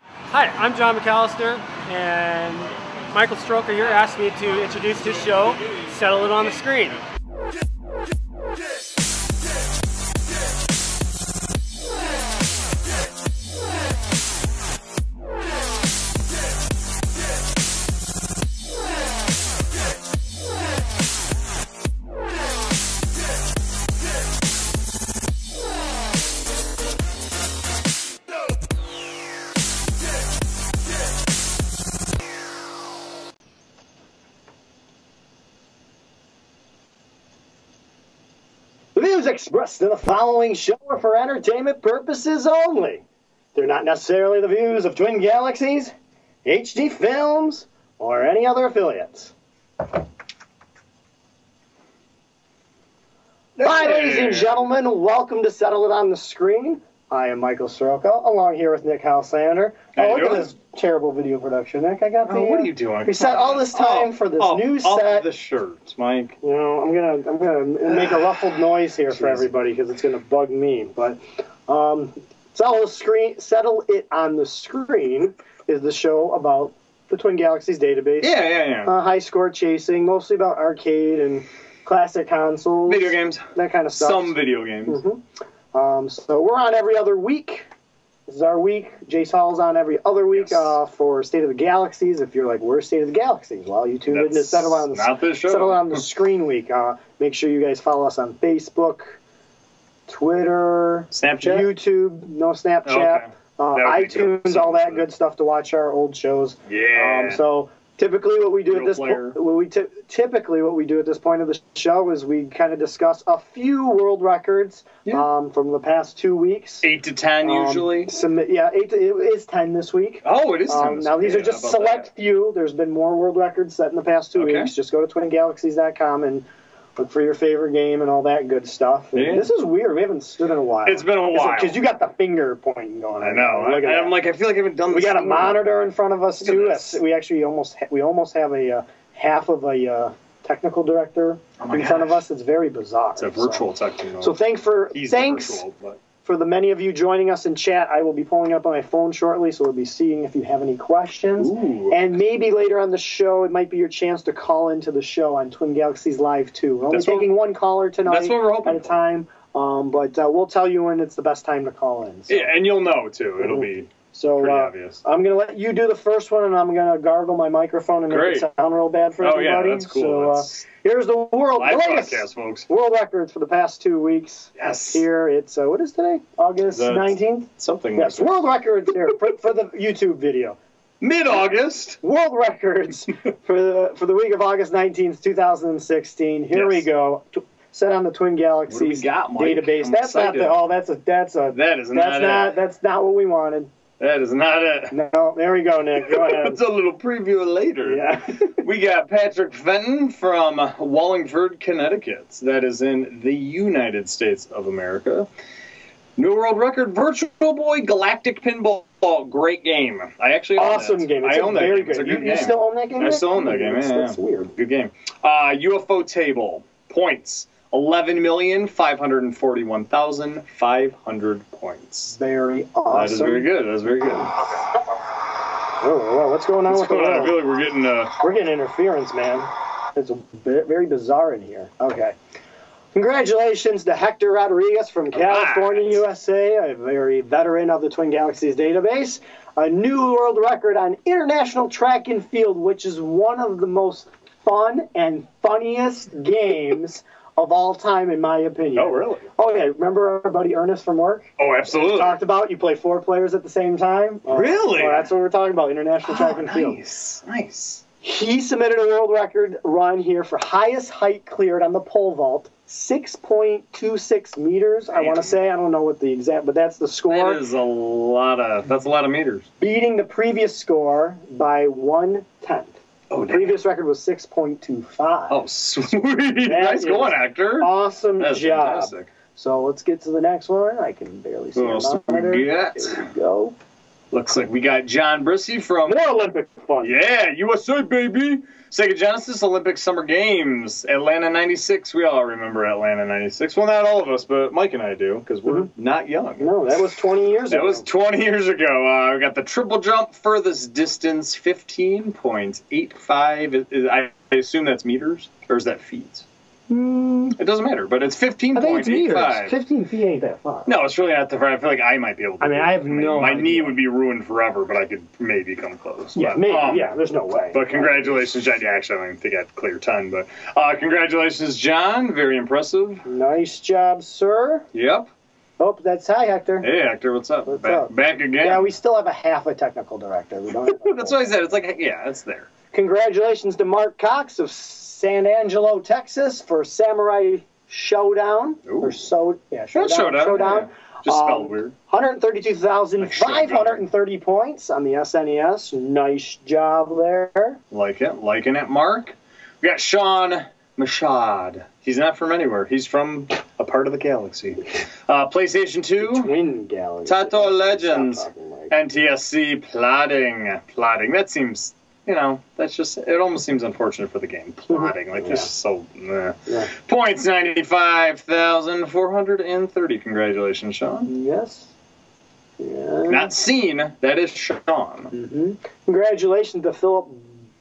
Hi, I'm John McAllister, and Michael Stroker here asked me to introduce his show, Settle It on the Screen. The views expressed in the following show are for entertainment purposes only. They're not necessarily the views of Twin Galaxies, HD Films, or any other affiliates. Hi, ladies and gentlemen. Welcome to Settle It on the Screen. I am Michael Soroka, along here with Nick Halsander. How Oh, you look at doing? this terrible video production, Nick. I got the. Oh, what uh, are you doing? We set all this time Oh, for this oh, new off set. the shirt, Mike. You know, I'm gonna I'm gonna make a ruffled noise here for Jeez. everybody because it's gonna bug me. But um, settle the screen, settle it on the screen is the show about the Twin Galaxies database, Yeah, yeah, yeah. uh, high score chasing, mostly about arcade and classic consoles, video games. that kind of stuff. Some video games. Um, so we're on every other week. This is our week. Jace Hall's on every other week Yes. uh, for State of the Galaxies. If you're like, where's State of the Galaxies? Well, you tuned in to That's Settle on the not this show. Settle on the Screen Week. Uh, make sure you guys follow us on Facebook, Twitter, Snapchat? YouTube, no Snapchat, Okay. uh, That would be good. iTunes, all that good stuff to watch our old shows. Yeah. Um, so typically, what we do Real at this player. point, we ty- typically what we do at this point of the show is we kind of discuss a few world records Yeah. um, from the past two weeks. Eight to ten Um, usually. submit, yeah, eight. It is ten this week. Oh, it is. Um, tennis. now these Yeah, are just how about select that? few. There's been more world records set in the past two Okay. weeks. Just go to twingalaxies.com and look for your favorite game and all that good stuff. And Yeah. This is weird. We haven't stood in a while. It's been a while. because you got the finger pointing going. I know. Look at I, that. am like, I feel like I haven't done. we this got a in while. monitor in front of us at too. this. That's- We actually almost ha- we almost have a uh, half of a uh, technical director Oh my in front of gosh. us. It's very bizarre. It's a virtual technical. So, so thank for He's the thanks virtual, but for the many of you joining us in chat, I will be pulling up on my phone shortly, so we'll be seeing if you have any questions. Ooh. And maybe later on the show, it might be your chance to call into the show on Twin Galaxies Live 2. We're only That's what- taking one caller tonight that's what we're hoping at a for. time, um, but uh, we'll tell you when it's the best time to call in. So, yeah, and you'll know too. It'll be so pretty uh, obvious. I'm going to let you do the first one, and I'm going to gargle my microphone and Great. make it sound real bad for Oh, yeah, everybody. that's cool. So uh, That's- here's the world live latest podcast, folks. world records for the past two weeks. Yes. Here it's uh, what is today? August That's- 19th. Something. Yes, like that. world records here for, for the YouTube video. Mid-August. World records for the for the week of August nineteenth, two thousand and sixteen. Here Yes. we go. Tw- Set on the Twin What do we Galaxies got, Mike? database. I'm that's excited. not the. Oh, that's a. That's a. That is that's not. not. it. That's not what we wanted. That is not it. No, there we go, Nick. Go ahead. It's a little preview later. yeah. We got Patrick Fenton from Wallingford, Connecticut. That is in the United States of America. New world record, Virtual Boy Galactic Pinball. Great game. I actually own awesome that. game. It's I a own that very game. It's a you, good you game. still own that game? I Nick? still own that game. That's, yeah, that's yeah. weird. Good game. Uh, UFO table points. 11,541,500 points. Very That awesome. is very good. That is very good. Oh, wow, what's going on What's with the going on? I world? feel like we're getting uh, We're getting interference, man. It's ve- very bizarre in here. Okay. Congratulations to Hector Rodriguez from California, right. USA, a very veteran of the Twin Galaxies database. A new world record on international track and field, which is one of the most fun and funniest games of all time, in my opinion. Oh, really? Oh, yeah. Remember our buddy Ernest from work? Oh, absolutely. Talked about you play four players at the same time. Oh, Really? well, that's what we're talking about international Oh, track and field. nice, nice. He submitted a world record run here for highest height cleared on the pole vault, 6.26 meters. I want to say I don't know what the exact, but that's the score, That is a lot of. That's a lot of meters. beating the previous score by one tenth. Oh, Previous record was 6.25. Oh, sweet. That nice is going, actor. Awesome That's job. fantastic. So let's get to the next one. I can barely see Who my else do we monitor. get? There we go. Looks like we got John Brissy from More Olympic fun. Yeah, USA baby. Sega Genesis Olympic Summer Games, Atlanta '96. We all remember Atlanta '96. Well, not all of us, but Mike and I do because we're Mm-hmm. not young. No, that was 20 years That ago. was 20 years ago. Uh, we got the triple jump furthest distance, 15.85. I I assume that's meters, or is that feet? It doesn't matter, but it's Hmm. I think it's meters. 15.85. 15 feet ain't that far. No, it's really not that far. I feel like I might be able to. I mean, do I it. have no My idea. knee would be ruined forever, but I could maybe come close. yeah, But, maybe. um, yeah, there's no way. But congratulations, John. Yeah, actually, I don't even think I'd clear 10, but uh, congratulations, John. Very impressive. nice job, sir. Yep. Hope Oh, that's hi, Hector. Hey, actor, what's up? What's back, up? back again. Yeah, we still have a half a technical director. We don't have That's what I said. It's like, yeah, it's there. Congratulations to Mark Cox of San Angelo, Texas, for Samurai Showdown. Ooh. Or so, yeah, Showdown. Not showdown. Showdown. yeah. Just spelled Um, weird. 132,530 points on the SNES. Nice job there. Like it. Liking it, Mark. We got Sean Mashad. He's not from anywhere. He's from a part of the galaxy. Uh, PlayStation 2, Twin Galaxy. Tato Stop Legends. talking like- NTSC, plotting. Plotting. That seems, you know, that's just, it almost seems unfortunate for the game. Plotting. Like, this is so, meh. Mm-hmm. Yeah. Points 95,430. Congratulations, Sean. Yes. Yeah. Not seen. That is Sean. Mhm. Congratulations to Philip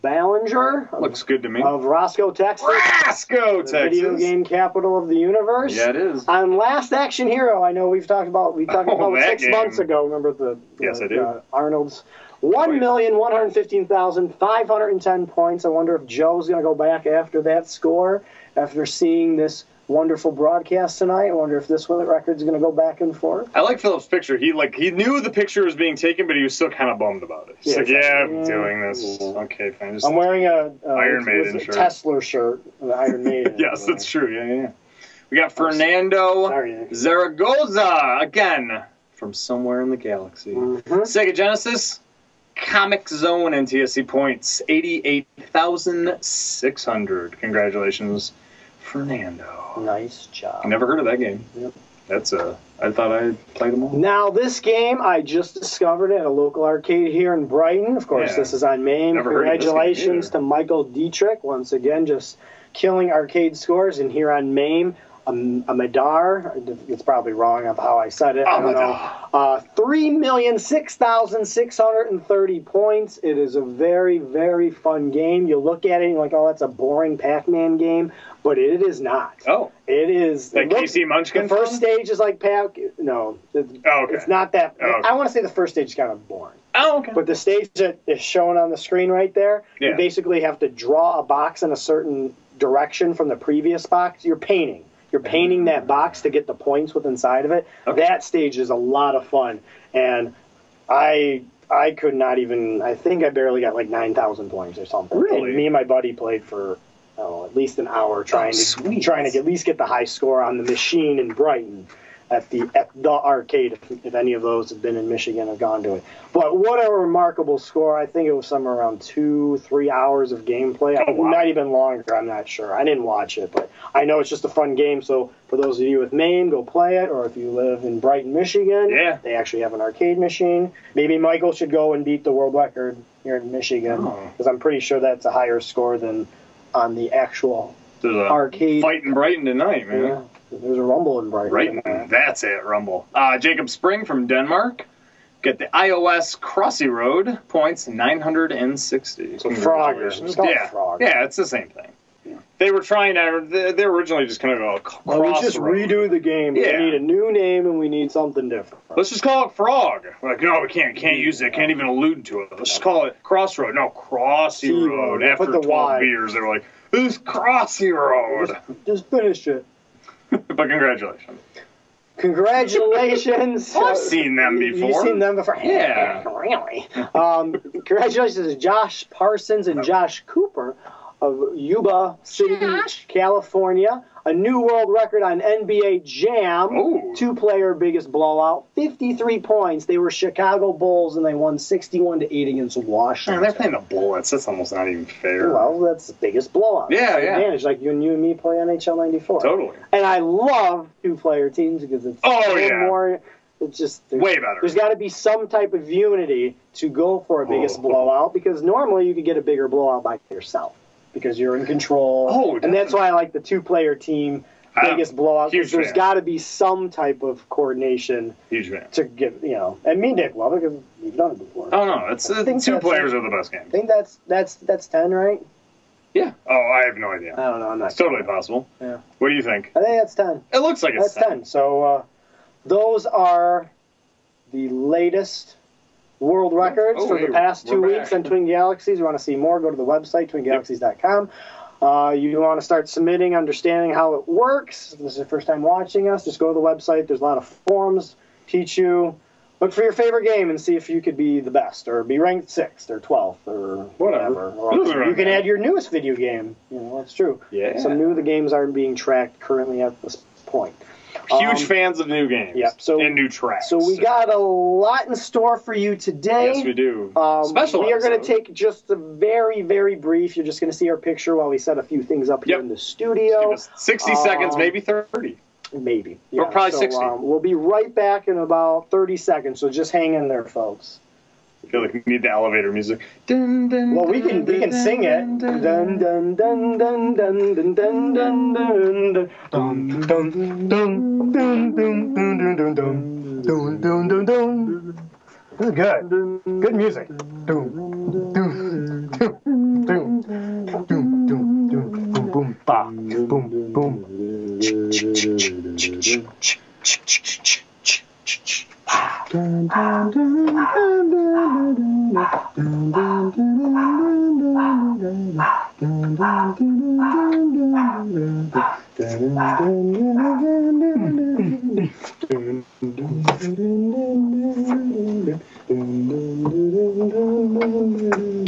Ballinger of, Looks good to me. of Roscoe, Texas. Rasco, Um, the Video Texas. game capital of the universe. Yeah, it is. On Last Action Hero, I know we've talked about we talked Oh, about it that six game. months ago. Remember the Yes, the, I do. uh, Arnold's one million one hundred fifteen thousand five hundred and ten points. I wonder if Joe's going to go back after that score after seeing this wonderful broadcast tonight. I wonder if this record's going to go back and forth. I like Philip's picture. He like he knew the picture was being taken, but he was still kind of bummed about it. He's Yeah, it's like, like, "Yeah, I'm yeah, doing this. yeah. Okay, fine." Just, I'm wearing a, uh, Iron it was Maiden a shirt. Tesla shirt, an Iron Maiden. yes, that's true. Yeah, yeah. We got Fernando Sorry. Nick. Zaragoza again from somewhere in the galaxy. Mhm. Sega Genesis, Comic Zone NTSC points eighty-eight thousand six hundred. Congratulations, Fernando. Nice job. Never heard of that game. Yep. That's uh, I thought I played them all. Now, this game I just discovered at a local arcade here in Brighton. Of course, Yeah. this is on Maine. Never heard of this game Congratulations either. to Michael Dietrich once again, just killing arcade scores. And here on Maine, a, a Madar. It's probably wrong of how I said it. I don't know. Amador. Uh, Three million six thousand six hundred and thirty points. It is a very very fun game. You look at it and you're like, oh, that's a boring Pac-Man game, but it is not. Oh, It is. that it looks- Casey Munchkin. the first film? stage is like Pac. No, it- Oh, okay. it's not that. Oh, okay. I want to say the first stage is kind of boring, Oh, okay. but the stage that is shown on the screen right there, Yeah. you basically have to draw a box in a certain direction from the previous box. You're painting. You're painting that box to get the points with inside of it. Okay. That stage is a lot of fun, and I I could not even. I think I barely got like nine thousand points or something. Really? Oh, And me and my buddy played for. Oh, at least an hour trying to sweet. trying to at least get the high score on the machine in Brighton at the at the arcade. If, if any of those have been in Michigan, have gone to it. But what a remarkable score! I think it was somewhere around two, three hours of gameplay. Oh, wow. Not even longer. I'm not sure. I didn't watch it, but I know it's just a fun game. So for those of you with Maine, go play it. Or if you live in Brighton, Michigan, Yeah. they actually have an arcade machine. Maybe Michael should go and beat the world record here in Michigan Oh. because I'm pretty sure that's a higher score than on the actual There's a arcade. fight in Brighton tonight, man. Yeah, there's a rumble in Brighton. Brighton, that's it, Rumble. Uh, Jacob Spring from Denmark. Get the iOS Crossy Road points 960. So Frogger. Congratulations. It's called yeah. Frogger. yeah, it's the same thing. They were trying to, they, they were originally just kind of go cross Well, we just road. redo the game. Yeah. We need a new name and we need something different. Let's just call it Frog. We're like, no, we can't, can't use it. Can't even allude to it. Let's just call it Crossroad. No, Crossy Sea Road. Road. After Put the 12 Y. beers, they were like, who's Crossy Road? Just finish it. but congratulations. Congratulations. Well, I've seen them You've before. seen them before? Yeah. really? Um, congratulations to Josh Parsons and Josh Cooper of Yuba City, California. A new world record on NBA Jam. Oh. Two player biggest blowout. 53 points. They were Chicago Bulls and they won 61 to 8 against Man, Washington. Oh, they're playing the Bullets. That's almost not even fair. Well, that's the biggest blowout. Yeah, It's an yeah. Advantage, like you and you and me play NHL '94. Totally. And I love two-player teams because it's a Oh, little yeah. more It's just Way better. There's got to be some type of unity to go for a Oh. biggest blowout because normally you could get a bigger blowout by yourself because you're in control. Oh, and that's why I like the two-player team I'm biggest blowout. 'cause huge There's fan. got to be some type of coordination Huge fan. to get you know. And me and Nick love it because we've done it before. Oh no, it's uh, I think two that's players it. are the best I games. think that's that's that's ten, right? Yeah. Oh, I have no idea. I don't know. I'm not. it's totally possible. Uh, Yeah. What do you think? I think that's ten. It looks like it's That's ten. So uh, those are the latest world records Oh, for hey, the past we're two back. weeks on Twin Galaxies. You want to see more? Go to the website twingalaxies.com. Uh, you want to start submitting, understanding how it works. If this is your first time watching us. Just go to the website. There's a lot of forums teach you. Look for your favorite game and see if you could be the best, or be ranked sixth, or twelfth, or whatever. Whatever. Or Doesn't really you can matter. add your newest video game. You know that's true. Yeah. Some new of the games aren't being tracked currently at this point. Huge Um, fans of new games. yeah, so- and new tracks. So we got a lot in store for you today. Yes, we do. Um, Special. we are going to episode. take just a very, very brief. You're just going to see our picture while we set a few things up here Yep. in the Give studio. us sixty um, seconds, maybe thirty. Maybe. Or probably so, 60. Um, we'll be right back in about 30 seconds. So just hang in there, folks. I feel like we need the elevator music. Dun, dun, Well, we can we can sing it. Dun dun dun dun dun dun dun dun dun dun. Dun, dun, dun, dun, dun, dun, dun, dun, dun. Dun, dun, dun, dun. This is good. Good music. Dun, dun, dun, dun. Dun, dun, dun. Boom, boom, ba. Boom, boom. 음.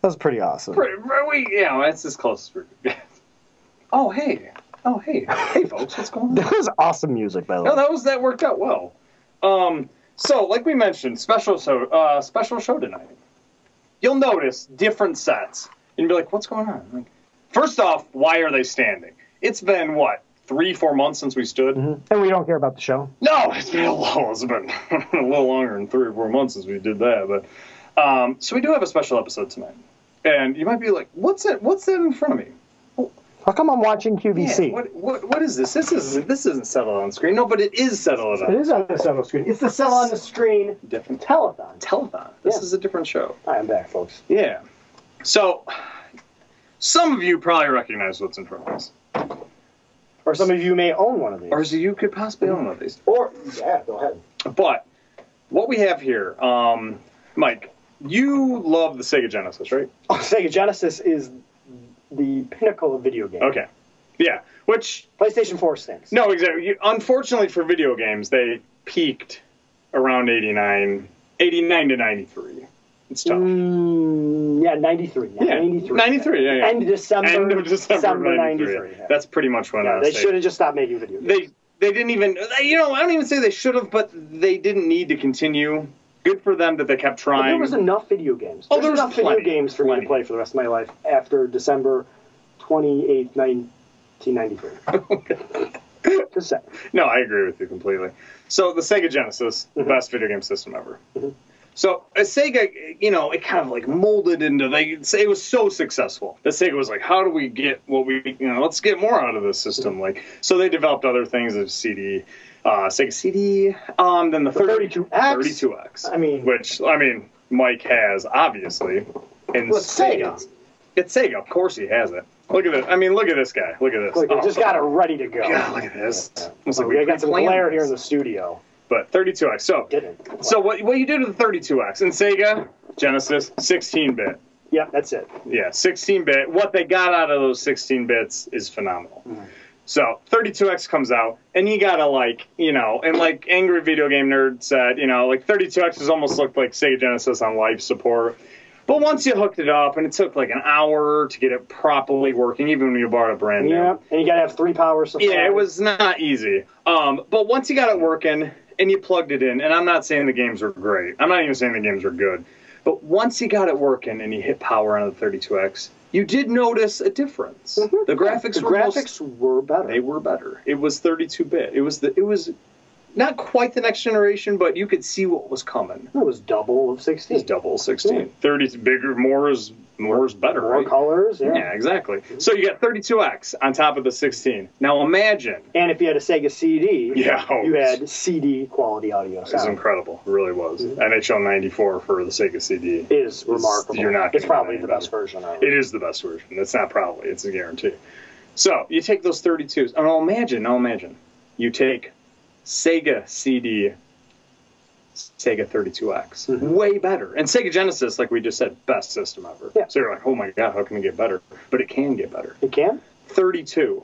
That was pretty awesome. Pre- pre- we, yeah, that's as close as we're gonna get. Oh hey, oh hey, hey folks, what's going on? That was awesome music, by the No, way. that was that worked out well. Um, so like we mentioned, special show, uh, special show tonight. You'll notice different sets and be like, "What's going on?" Like, first off, why are they standing? It's been what three, four months since we stood. And we don't care about the show. No, it's been a little, it's been a little longer than three or four months since we did that. But um, so we do have a special episode tonight, and you might be like, "What's that? What's that in front of me?" How come I'm watching QVC? Yeah, what, what what is this? This isn't this isn't settled on screen. No, but it is settled it on is on the settle screen. It's the cell on the screen different telethon. telethon. This Yeah. is a different show. All right, I'm back, folks. Yeah. So some of you probably recognize what's in front of us, Or some of you may own one of these. or so you could possibly own one of these. Or yeah, go ahead. But what we have here, um, Mike, you love the Sega Genesis, right? Oh, Sega Genesis is the pinnacle of video games. Okay. Yeah. Which PlayStation 4 stinks. no, exactly. You, unfortunately for video games, they peaked around 89, 89 to 93. It's tough. Mm, yeah, 93. Yeah, 93. 93, yeah, yeah. End of December. End of December, December 93. 93. That's pretty much when uh, yeah, I they say- should have just stopped making video games. they they didn't even they- you know I don't even say they should have, but they didn't need to continue. Good for them that they kept But trying. there was enough video games. Oh, There's there was enough plenty, video games for me plenty. to play for the rest of my life after December 28th, 1993. just saying. no, I agree with you completely. So the Sega Genesis, Mm-hmm. the best video game system ever. So a Sega, you know, it kind of like molded into they. It was so successful that Sega was like, how do we get what we, you know, let's get more out of this system. Mm-hmm. Like, so they developed other things of CD, uh, Sega CD, um, then the 32X. 32X. I mean- which I mean, Mike has obviously. And Well, it's Sega. It's Sega. Of course, he has it. Look at this. I mean, look at this guy. Look at this. Look, I Oh, just got it ready to go. God, look at this. Almost So like we got some planned glare this. here in the studio. But 32X. So, Didn't. so what, what you did with the 32X and Sega Genesis 16 bit. Yeah, that's it. Yeah, 16 bit. What they got out of those 16 bits is phenomenal. So 32X comes out, and you gotta like, you know, and like Angry Video Game Nerd said, you know, like 32X has almost looked like Sega Genesis on life support. But once you hooked it up, and it took like an hour to get it properly working, even when you bought a brand new. Yeah, and you gotta have three power supplies. Yeah, it was not easy. Um, but once you got it working and you plugged it in, and I'm not saying the games were great. I'm not even saying the games were good. But once you got it working and you hit power on the 32X, you did notice a difference. Mm-hmm. The graphics The were most- graphics were better. they were better. It was 32 bit. It was the it was not quite the next generation, but you could see what was coming. It was double of It was 16. double 16. 30 is bigger, more is more is better, More right? colors, yeah. Yeah, exactly. So you got 32x on top of the 16. Now imagine And if you had a Sega CD, Yeah. oh, you had CD quality audio It was sound. incredible. It really was. NHL 94 for the Sega CD. It is remarkable. you're not it's gonna probably get the any best version of It is the best version. It's not probably. It's a guarantee. So you take those 32s, and I'll imagine, I'll imagine, you take Sega CD, Sega 32X, way better. And Sega Genesis, like we just said, best system ever. Yeah. So you're like, oh my god, how can it get better? But it can get better. It can? 32.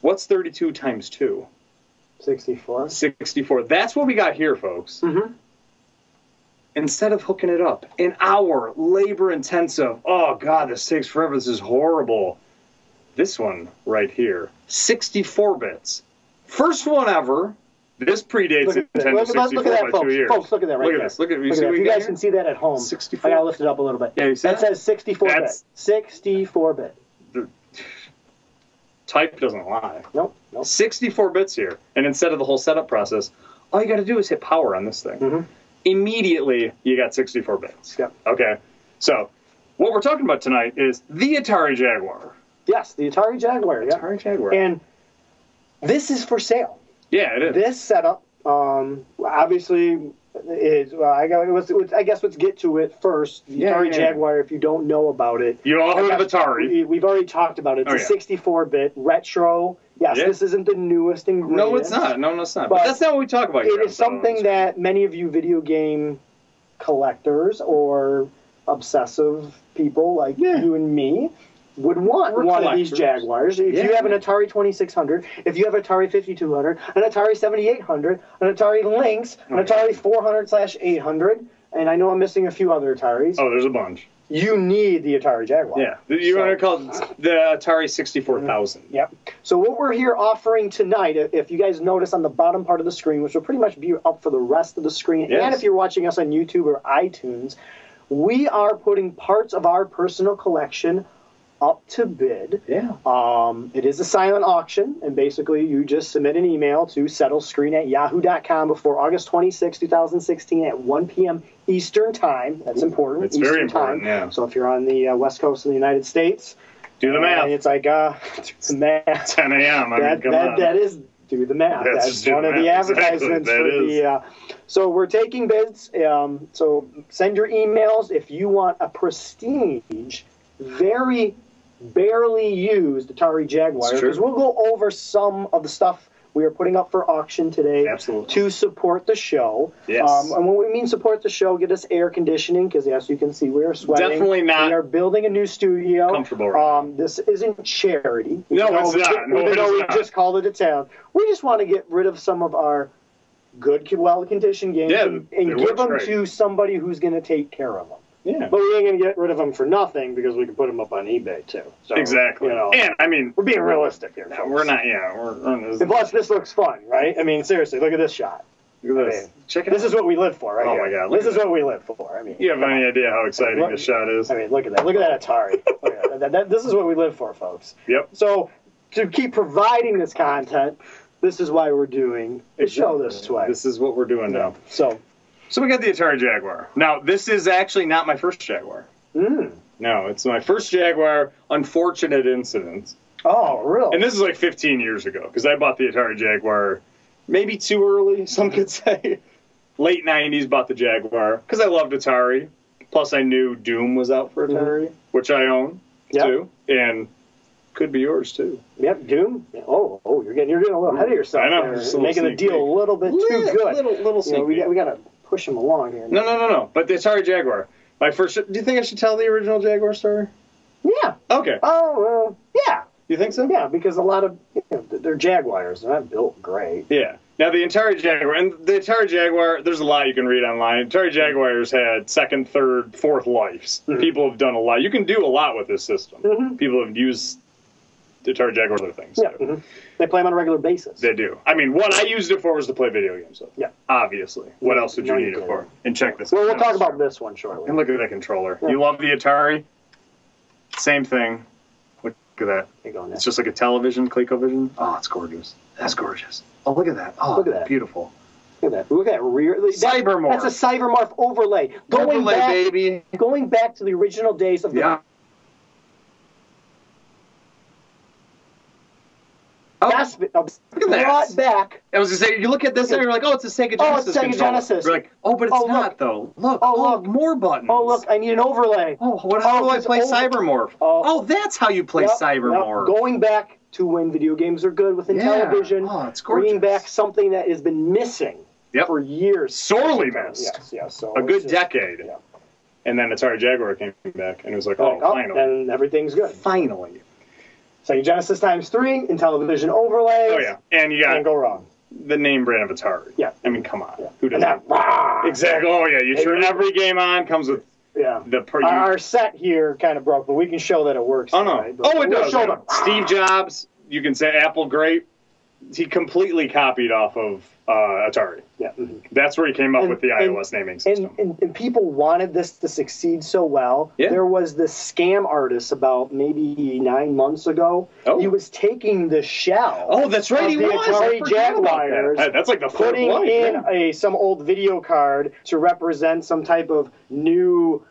What's 32 times 2? 64. 64. That's what we got here, folks. Mhm. Instead of hooking it up, an hour, labor intensive. Oh, God, this takes forever. This is horrible. This one right here, 64 bits. First one ever. This predates Look, at that. Nintendo look, at- 64 look at that, by two folks. years. Folks, look at that right Look at there. this. Look at- you Look see that. what we you got guys here? can see that at home. 64. I gotta lift it up a little bit. Yeah, you see that that? says 64 That's- bit. 64 bit. Type doesn't lie. Nope, nope. 64 bits here. And instead of the whole setup process, all you got to do is hit power on this thing. Mhm. Immediately, you got 64 bits. Yep. Okay. So, what we're talking about tonight is the Atari Jaguar. Yes, the Atari Jaguar. Yeah. Atari Jaguar. And this is for sale. yeah, it is. This setup, um, obviously, is well, I got. Let's, let's- I guess let's get to it first. The Yeah, Atari yeah, yeah. Jaguar. If you don't know about it, you all heard of Atari. we, we've already talked about it. Oh, It's yeah. a 64-bit retro. Yes, Yeah. this isn't the newest ingredient. No, it's not. No, no, it's not. But, But that's not what we talk about here. It is something that many of you video game collectors or obsessive people like you and me would want We're one of these collectors. Jaguars. If you Yeah. have an Atari 2600, if you have Atari 5200, an Atari 7800, an Atari Lynx, an Oh, yeah. Atari 400 slash 800, and I know I'm missing a few other Ataris. Oh, there's a bunch. You need the Atari Jaguar. Yeah. You So- uh, want to call it the Atari 64000. Yep. So what we're here offering tonight, i- if you guys notice on the bottom part of the screen, which will pretty much be up for the rest of the screen, Yes. and if you're watching us on YouTube or iTunes, we are putting parts of our personal collection up to bid. Yeah. Um, it is a silent auction, and basically you just submit an email to settlescreen at yahoo.com before August 26, 2016 at 1 p.m. Eastern Time. That's important. It's Eastern very important, yeah. So if you're on the uh, west coast of the United States, Do the and math. it's like, uh, the math 10 a.m. I mean, that, come that, on. that is do the math. That's That's, just do one the of the math, exactly. advertisements That for is. the. Uh, so we're taking bids. Um, so send your emails if you want a prestige, very barely used Atari Jaguar. It's true. Because we'll go over some of the stuff we are putting up for auction today Absolutely. to support the show. Yes. Um, and when we mean support the show, get us air conditioning because as you can see, we are sweating. Definitely not We are building a new studio. comfortable right um, This isn't charity. No, Even it's though- not. No, even it though is we not. just called it a town, we just want to get rid of some of our good, well-conditioned games Yeah, and, they and work give them great. to somebody who's going to take care of them. Yeah. But we ain't going to get rid of them for nothing because we can put them up on eBay too. So, Exactly. You know, and, I mean, we're being realistic here. no, folks. we're not, yeah. We're, we're, And plus, this looks fun, right? I mean, seriously, look at this shot. Look at this. I mean, Check it This out. is what we live for, right? Oh here. my God, look This at is that. what we live for. I mean, You have any idea how exciting Look- this shot is? I mean, look at that. Look at that Atari. Look at that. That- that- this is what we live for, folks. Yep. So to keep providing this content, this is why we're doing the show this way. This is what we're doing now. So, So we got the Atari Jaguar. Now, this is actually not my first Jaguar. mm. No, it's my first Jaguar unfortunate incident. oh, really? And this is like 15 years ago because I bought the Atari Jaguar maybe too early, some could say. Late 90s bought the Jaguar because I loved Atari. Plus, I knew Doom was out for Atari, which I own Yep. too, and could be yours too. Yep, Doom. Oh, oh, you're getting you're getting a little ahead of yourself. I know, there. just a You're little making the sneak deal peek. a little bit too good. Little, little You know, we sneak got we got to push him along here. No, no, no, no. But the Atari Jaguar. My first. Do you think I should tell the original Jaguar story? Yeah. Okay. Oh, well, yeah. You think so? Yeah, because a lot of you know, they're Jaguars. They're not built great. Yeah. Now the entire Jaguar and the entire Jaguar. There's a lot you can read online. Entire Jaguars had second, third, fourth lives. People have done a lot. You can do a lot with this system. Mhm. People have used the entire Jaguar other things. Yeah, too. mhm. they play them on a regular basis. They do. I mean, what I used it for was to play video games. With. Yeah. Obviously. What else would you No, you need it didn't. for? And check this. well, we'll out. talk about this one shortly. And look at that controller. Yeah. You love the Atari. Same thing. Look at that. Here you go, Nick. It's just like a television, ColecoVision. Oh, it's gorgeous. That's gorgeous. Oh, look at that. Oh, Look at that. Beautiful. Look at that. Look at that rear. that- Cybermorph. That's a cybermorph overlay. Going Overlay, back, baby. going back to the original days of the Yeah. Oh, Yes, but- at that. brought back. I was gonna say, you look at this and you're like, oh, it's a Sega Genesis. Oh, it's Sega controller. Genesis. You're like, oh, but it's Oh, look. not though. Look. Oh, look. More buttons. Oh look, I need an overlay. Oh, what, how Oh, do I it's play over- Cybermorph? Oh. Oh. that's how you play Yep, Cybermorph. yep. Going back to when video games are good with Yeah. Intellivision, Oh, it's gorgeous. bringing back something that has been missing Yep. for years. Sorely missed. Yes, yes. So a it's good just- decade. yeah. And then Atari Jaguar came back and it was like, oh, Like, oh, finally. and everything's good. Finally. Sega Genesis times three, Intellivision overlays. Oh, yeah. And you got Can't go wrong. the name brand of Atari. Yeah. I mean, come on. Yeah. Who And does that? that, rah! Exactly. Oh, yeah. You Hey, turn you- every game on, comes with Yeah. the per. Our- you- Our set here kind of broke, but we can show that it works. oh, no. right? But Oh, it we'll does. Show them. Steve Jobs, you can say Apple great. He completely copied off of uh, Atari. Yeah. mhm. That's where he came up And- with the and- iOS naming system. And, and, and people wanted this to succeed so well. Yeah. There was this scam artist about maybe nine months ago. Oh. He was taking the shell. Oh, that's right. of He the was. Atari I forgot about Jaguars that. That's like the third putting one. in a some old video card to represent some type of new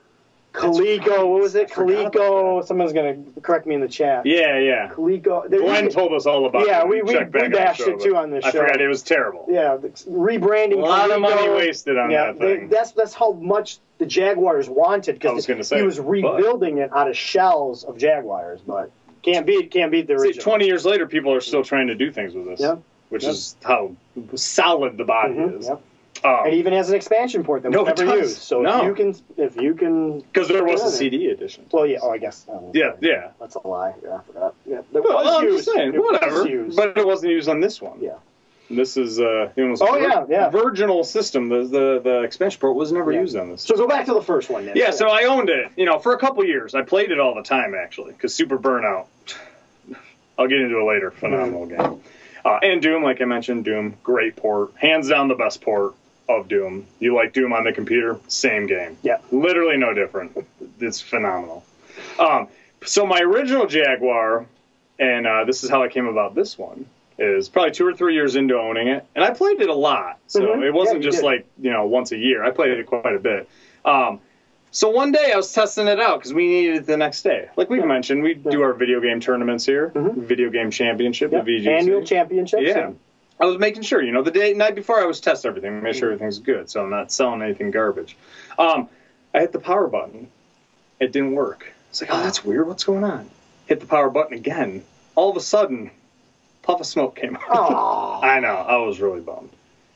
Coleco. What was it? I forgot about Coleco. Someone's gonna correct me in the chat. Yeah, yeah. Coleco. there- Glenn told us all about Yeah, it. we- we- Check we back on the bashed show, it, too, but on the I show. forgot it was terrible. yeah, the rebranding. A lot of Coleco. money wasted on Yeah, that they- thing. that's that's how much the Jaguars wanted I because was gonna say, he was but- rebuilding it out of shells of Jaguars, but can't beat can't beat the See, original. 20 years later, people are still trying to do things with this, Yeah. which Yeah. is how solid the body Mhm, is. Um, yep. Because It even has an expansion port that No, was it never does. used. So No. if you can, if you can, there was Yeah. a CD edition. well, yeah. Oh, I guess. um, Yeah, yeah. That's a lie. Yeah, I forgot. Yeah, there Well, was I'm used. just saying, It was whatever. used. But it wasn't used on this one. Yeah. This is uh, you know, Oh, yeah, yeah. virginal system. The, the the expansion port was never Yeah. used on this. so go back to the first one. Nick. Yeah, so I owned it, you know, for a couple years. I played it all the time, actually, because Super Burnout. I'll get into it later. Phenomenal Mm. game. Uh, and Doom, like I mentioned, Doom, great port. Hands down the best port of Doom. You like Doom on the computer, same game. Yeah. Literally no different. It's phenomenal. Um, so my original Jaguar, and uh, this is how I came about this one, is probably two or three years into owning it. And I played it a lot. So Mhm. it wasn't Yeah, you just did. like, you know, once a year. I played it quite a bit. Um, so one day I was testing it out because we needed it the next day. Like we mentioned, we do our video game tournaments here, Mhm. video game championship, Yeah, the VGC. annual championship. Yeah. I was making sure, you know, the day night before I was testing everything, make Mm-hmm. sure everything's good, so I'm not selling anything garbage. Um, I hit the power button. It didn't work. It's like, oh, that's weird. What's going on? Hit the power button again. All of a sudden, puff of smoke came out. Oh, I know. I was really bummed.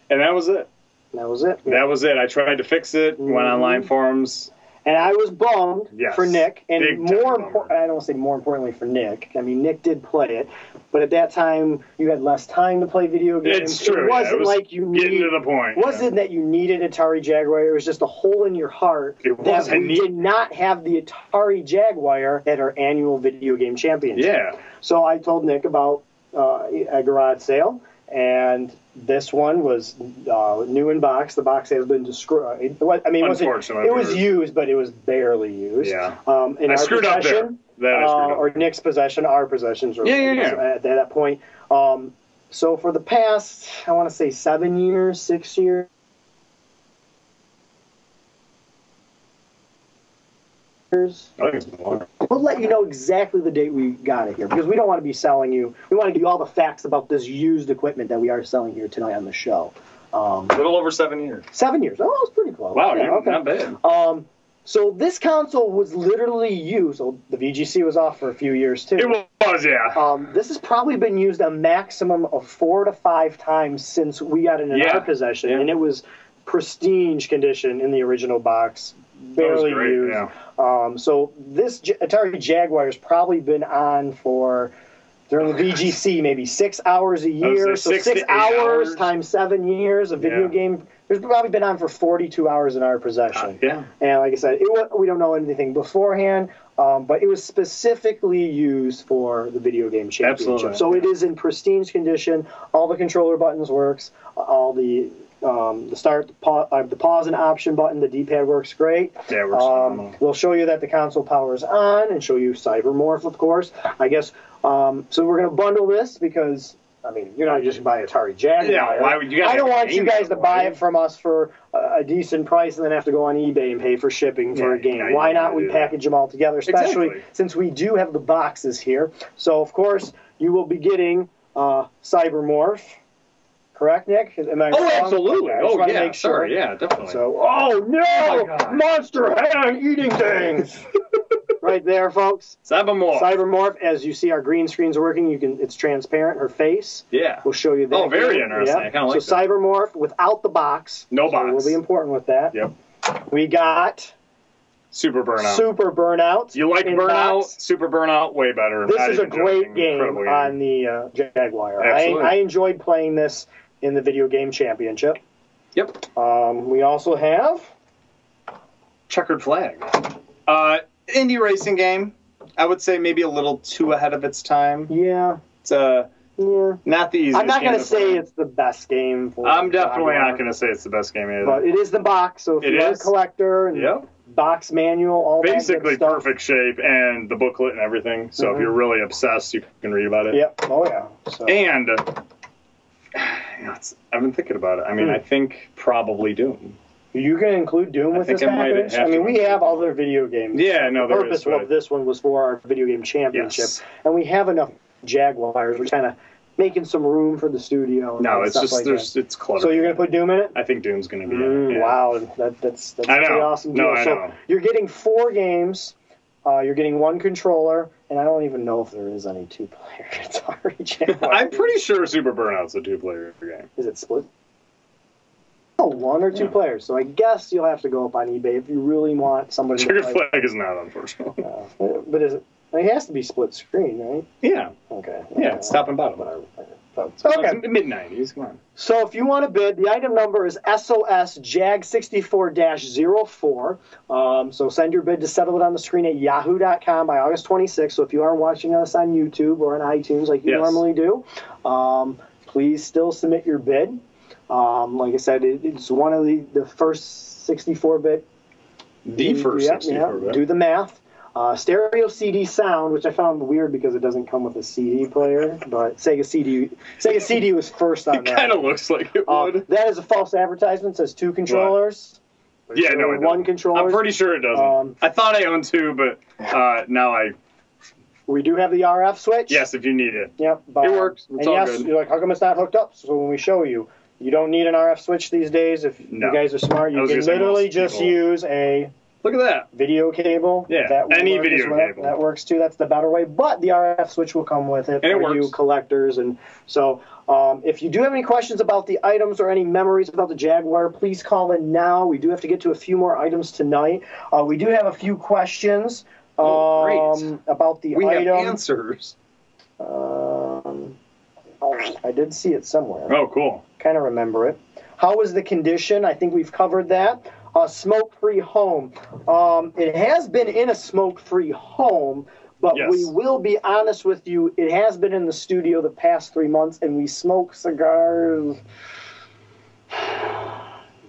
And that was it. that was it. That was it. I tried to fix it. Went Mhm. online forums. And I was bummed Yes. for Nick, and Big time more bummer. important, I don't want to say more importantly for Nick. I mean, Nick did play it, but at that time you had less time to play video games. It's true. It yeah, wasn't was like you getting need, to the point. wasn't that you needed Atari Jaguar. It was just a hole in your heart It was. that I we need- did not have the Atari Jaguar at our annual video game championship. Yeah. So I told Nick about uh, a garage sale, and this one was uh, new in box. The box has been destroyed. It was- I mean, it wasn't- Unfortunately, it was we were- used, but it was barely used. Yeah. Um, in I our screwed up there. possession, That I screwed uh, up. or Nick's possession, our possessions. Or Yeah, yeah, yeah. At that point. Um, so for the past, I want to say seven years, six years. I think it's longer. We'll let you know exactly the date we got it here because we don't want to be selling you. We want to give you all the facts about this used equipment that we are selling here tonight on the show. Um, A little over seven years. seven years. Oh, it's pretty close. Wow, Yeah, you're okay. not bad. Um, so this console was literally used. So the VGC was off for a few years too. It was, yeah. Um, this has probably been used a maximum of four to five times since we got it in Yeah. our possession, Yeah. and it was pristine condition in the original box, barely great, used. yeah. Um, so this J- Atari Jaguar has probably been on for They're in the VGC, maybe six hours a would year. say So six to six eight hours, hours. times seven years of video Yeah. game. There's probably been on for 42 hours in our possession. Uh, yeah. And like I said, it, wa- we don't know anything beforehand, um, but it was specifically used for the video game championship. Absolutely. So it is in pristine condition. All the controller buttons works. All the um, the start, the, pa- uh, the pause and option button, the D-pad works great. Yeah, it works um, phenomenal. We'll show you that the console powers on, and show you Cybermorph, of course. I guess. Um, so we're gonna bundle this because. I mean, you're not just going to buy Atari Jaguar. Yeah, why would you guys I don't have want you games guys to for buy it? it from us for a a decent price and then have to go on eBay and pay for shipping for a Yeah, game. yeah, Why yeah, not yeah, we yeah. package them all together, especially Exactly. since we do have the boxes here. So, of course, you will be getting uh, Cybermorph, correct, Nick? Am I Oh, wrong? absolutely. Okay, I just Oh, wanna yeah. make sure. Sure. Yeah, definitely. So, oh Oh, my no, God. monster hand eating things. right there, folks. Cybermorph. Cybermorph, as you see, our green screen's working. You can, it's transparent. Her face. yeah. We'll show you that. Oh, very game. interesting. I Yeah. kinda like so Cybermorph without the box. No So box. Will be important with that. Yep. We got Super burnout. Super Burnout. you like in burnout? box. Super burnout, way better. This Not is a even great joking. game Incredible on the uh, Jaguar. I, Absolutely. I enjoyed playing this in the video game championship. Yep. Um, we also have Checkered flag. Uh, indie racing game. I would say maybe a little too ahead of its time. yeah It's uh, yeah. not the easiest. I'm not game gonna to say play. it's the best game. for I'm definitely Jaguar, not gonna say it's the best game either. uh, But it is the box, so if It you're is. a collector and Yep. box manual, all that good Basically stuff. perfect shape and the booklet and everything. So if Mhm. you're really obsessed, you can read about it. Yep. Oh yeah. So. And uh, you know, it's, I've been thinking about it. I mean, Hmm. I think probably Doom. You can include Doom I with think this I might package. have I mean, to. we have other video games. Yeah, no, the there purpose is. but- of this one was for our video game championship, Yes. and we have enough Jaguars. We're kind of making some room for the studio. And No, it's stuff just like there's it's That. cluttered. So you're gonna put Doom in it? I think Doom's gonna be. in it, Mm, yeah. Wow, that, that's that's I know. a pretty awesome deal. No, I so know. you're getting four games. Uh, you're getting one controller, and I don't even know if there is any two-player Atari Jaguar. I'm pretty sure Super Burnout's a two-player game. Is it split? Oh, one or two Yeah. players. So I guess you'll have to go up on eBay if you really want somebody Trigger to play. Flag is not, unfortunately. Uh, but is it, it has to be split screen, right? Yeah, Okay. Uh, yeah, Okay. it's top and bottom. Whatever. It's Okay. mid '90s. Come on. So if you want to bid, the item number is SOS JAG 64 04. Um, so send your bid to settle it on the screen at yahoo.com by August 26th. So if you are watching us on YouTube or on iTunes like you Yes. normally do, um, please still submit your bid. Um, like I said, it, it's one of the, the first 64 bit The first Mm, yeah, 64 yeah. bit. Do the math. Uh, stereo CD sound, which I found weird because it doesn't come with a CD player, but Sega CD Sega CD was first on It that. kind of looks like it Uh, would. that is a false advertisement. Says two controllers. Yeah, Or no, it one doesn't. I'm controller. pretty sure it doesn't. Um, I thought I owned two, but uh, now I we do have the RF switch. yes, if you need it. Yep. But, It works. It's and all yes, good. you're like, how come it's not hooked up? So when we show you, you don't need an RF switch these days. If No. you guys are smart, I you was can gonna say literally most just people- use a Look at that. video cable. Yeah, will any work video as well. cable. That works too. That's the better way. But the RF switch will come with it And it for you works. collectors. And so, um, if you do have any questions about the items or any memories about the Jaguar, please call in now. We do have to get to a few more items tonight. Uh, we do have a few questions. Oh, great. um, about the We have item. answers. Um, I did see it somewhere Oh, cool. kind of remember it. How was the condition? I think we've covered that. Uh, smoke-free home. Um, it has been in a smoke-free home, but Yes. we will be honest with you. It has been in the studio the past three months, and we smoke cigars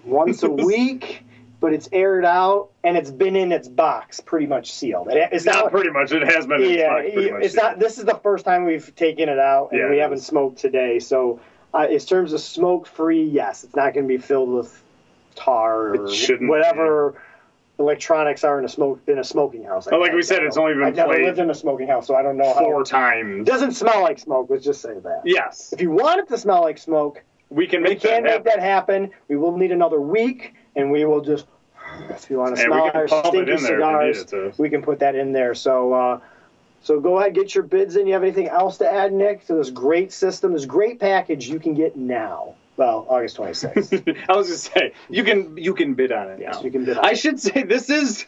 once a week. But it's aired out, and it's been in its box, pretty much sealed. It, it's It's not not pretty much. It has been. in yeah, stock pretty much, it's yeah. not. This is the first time we've taken it out, and Yeah, we it haven't is. smoked today. So, uh, in terms of smoke-free, yes, it's not going to be filled with tar or It shouldn't whatever electronics are in a smoke in a smoking house. Well, like we said, it's only been I've never played lived in a smoking house, so I don't know how. four It times. doesn't smell like smoke. Let's just say that. Yes, If you want it to smell like smoke, we can make we can that make happen. that happen. We will need another week, and we will just. If you want to and we smell can our pump it stinky in there cigars, if we needed to. we can put that in there. So, uh, so go ahead, get your bids in. You have anything else to add, Nick, to this great system, this great package you can get now? Well, August 26th. I was just say you can you can bid on it. yes, now. you can bid. on I it. should say this is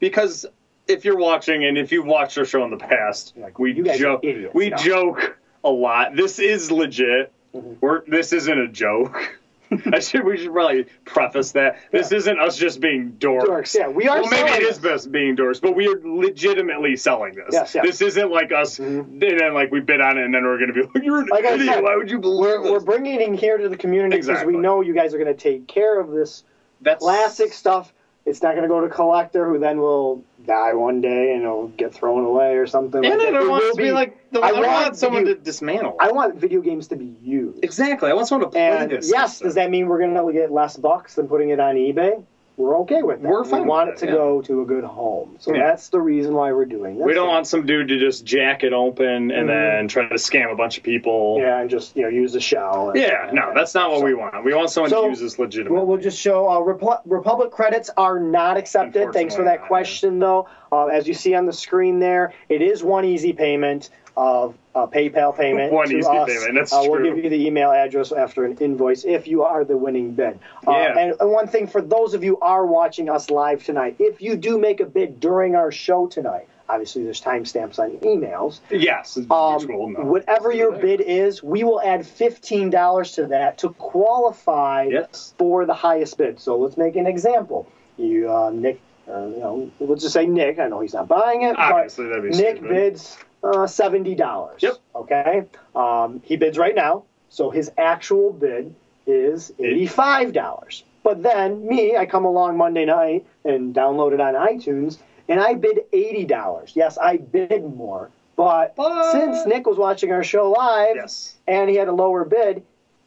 because if you're watching and if you've watched our show in the past, like we You guys are joke, idiots. we No. joke a lot. This is legit. Mhm. We're this isn't a joke. I should we should probably preface that this isn't us just being dorks. Dorks, yeah, we are. Well, maybe selling it is this. best being dorks, but we are legitimately selling this. Yes, yes. This isn't like us, Mhm. and then like we bid on it, and then we're gonna be like, "You're an Like I idiot! said, Why would you believe We're, this?" we're bringing it in here to the community because Exactly. we know you guys are going to take care of this That's classic stuff. It's not going to go to collector, who then will die one day and it'll get thrown away or something. And like I that. don't It want will it to be like the, I, I don't want want someone you- to dismantle. I want video games to be used. exactly. I want someone to play And this. yes, does that mean we're going to get less bucks than putting it on eBay? We're okay with that. We're fine we want it with to that, yeah. go to a good home. So Yeah. that's the reason why we're doing this. We don't want some dude to just jack it open and Mhm. then try to scam a bunch of people. Yeah, and just you know use the shell. and- Yeah, no, that's not what we want. We want someone So- to use this legitimately. Well, we'll just show uh, Repu- Republic credits are not accepted. Thanks for that Unfortunately not, question, though. Uh, as you see on the screen there, it is one easy payment of a PayPal payment. One to easy us. payment, that's uh, We'll true. give you the email address after an invoice if you are the winning bid. Uh, Yeah. and, and one thing for those of you are watching us live tonight, if you do make a bid during our show tonight, obviously there's timestamps on emails. yes, Um, virtual, no. whatever your bid is, we will add fifteen dollars to that to qualify Yes. for the highest bid. So let's make an example. You, uh, Nick, uh, you know, let's just say Nick. I know he's not buying it, Obviously, that'd be but Nick stupid. bids uh, seventy dollars. Yep. Okay. Um, he bids right now, so his actual bid is eighty-five dollars. But then me, I come along Monday night and download it on iTunes, and I bid eighty dollars. Yes, I bid more. But, But- since Nick was watching our show live, Yes. and he had a lower bid,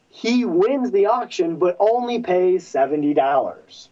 he wins the auction but only pays seventy dollars.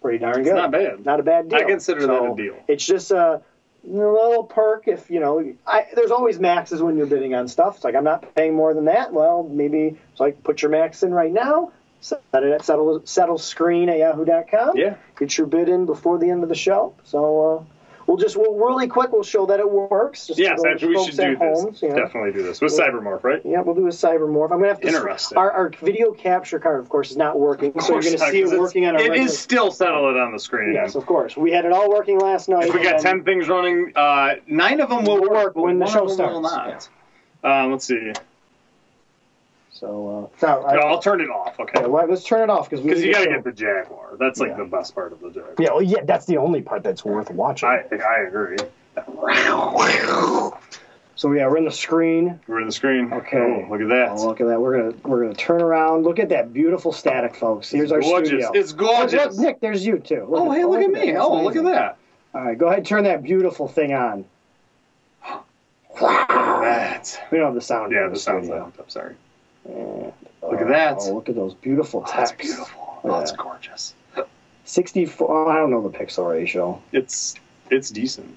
Pretty darn good. not bad. Not a bad deal. I consider that a deal. It's just a little perk if you know. I, there's always maxes when you're bidding on stuff. It's like I'm not paying more than that. Well, maybe it's like put your max in right now. Set it at settle settle screen at yahoo.com Yeah. get your bid in before the end of the show. So uh, we'll just we'll really quick we'll show that it works. Just Yes, for those actually, we folks should at do this. home, you know. Definitely do this with Cybermorph, right? Yeah, we'll do a cybermorph. I'm gonna have to. Interesting. Our, our video capture card, of course, is not working, so you're gonna Of course, see 'cause it it's- working on our. It regular- is still settled on the screen. Yes, of course. We had it all working last night. If we got and- ten things running, uh, nine of them will Will work work when the one show of them will starts. not. Um, let's see. So uh, no, I, No, I'll turn it off. Okay. yeah, well, let's turn it off because Because you gotta get the Jaguar. That's like Yeah. the best part of the Jaguar. Yeah, well, yeah, that's the only part that's worth watching. I I agree. So yeah, we're in the screen. We're in the screen. Okay. Oh, look at that. Oh, look at that. We're gonna we're gonna turn around. Look at that beautiful static, folks. Here's our gorgeous. studio. It's Oh, look, gorgeous. Nick, there's you too. oh, hey, look at me. that. Oh, That's look at amazing. that. All right, go ahead and turn that beautiful thing on. That. We don't have the sound. Yeah, in the sound's studio. loud. I'm sorry. Look at that. Oh, look at those beautiful Oh, that's texts. beautiful. Oh, that's Yeah. gorgeous. 64. oh, I don't know the pixel ratio. It's it's decent.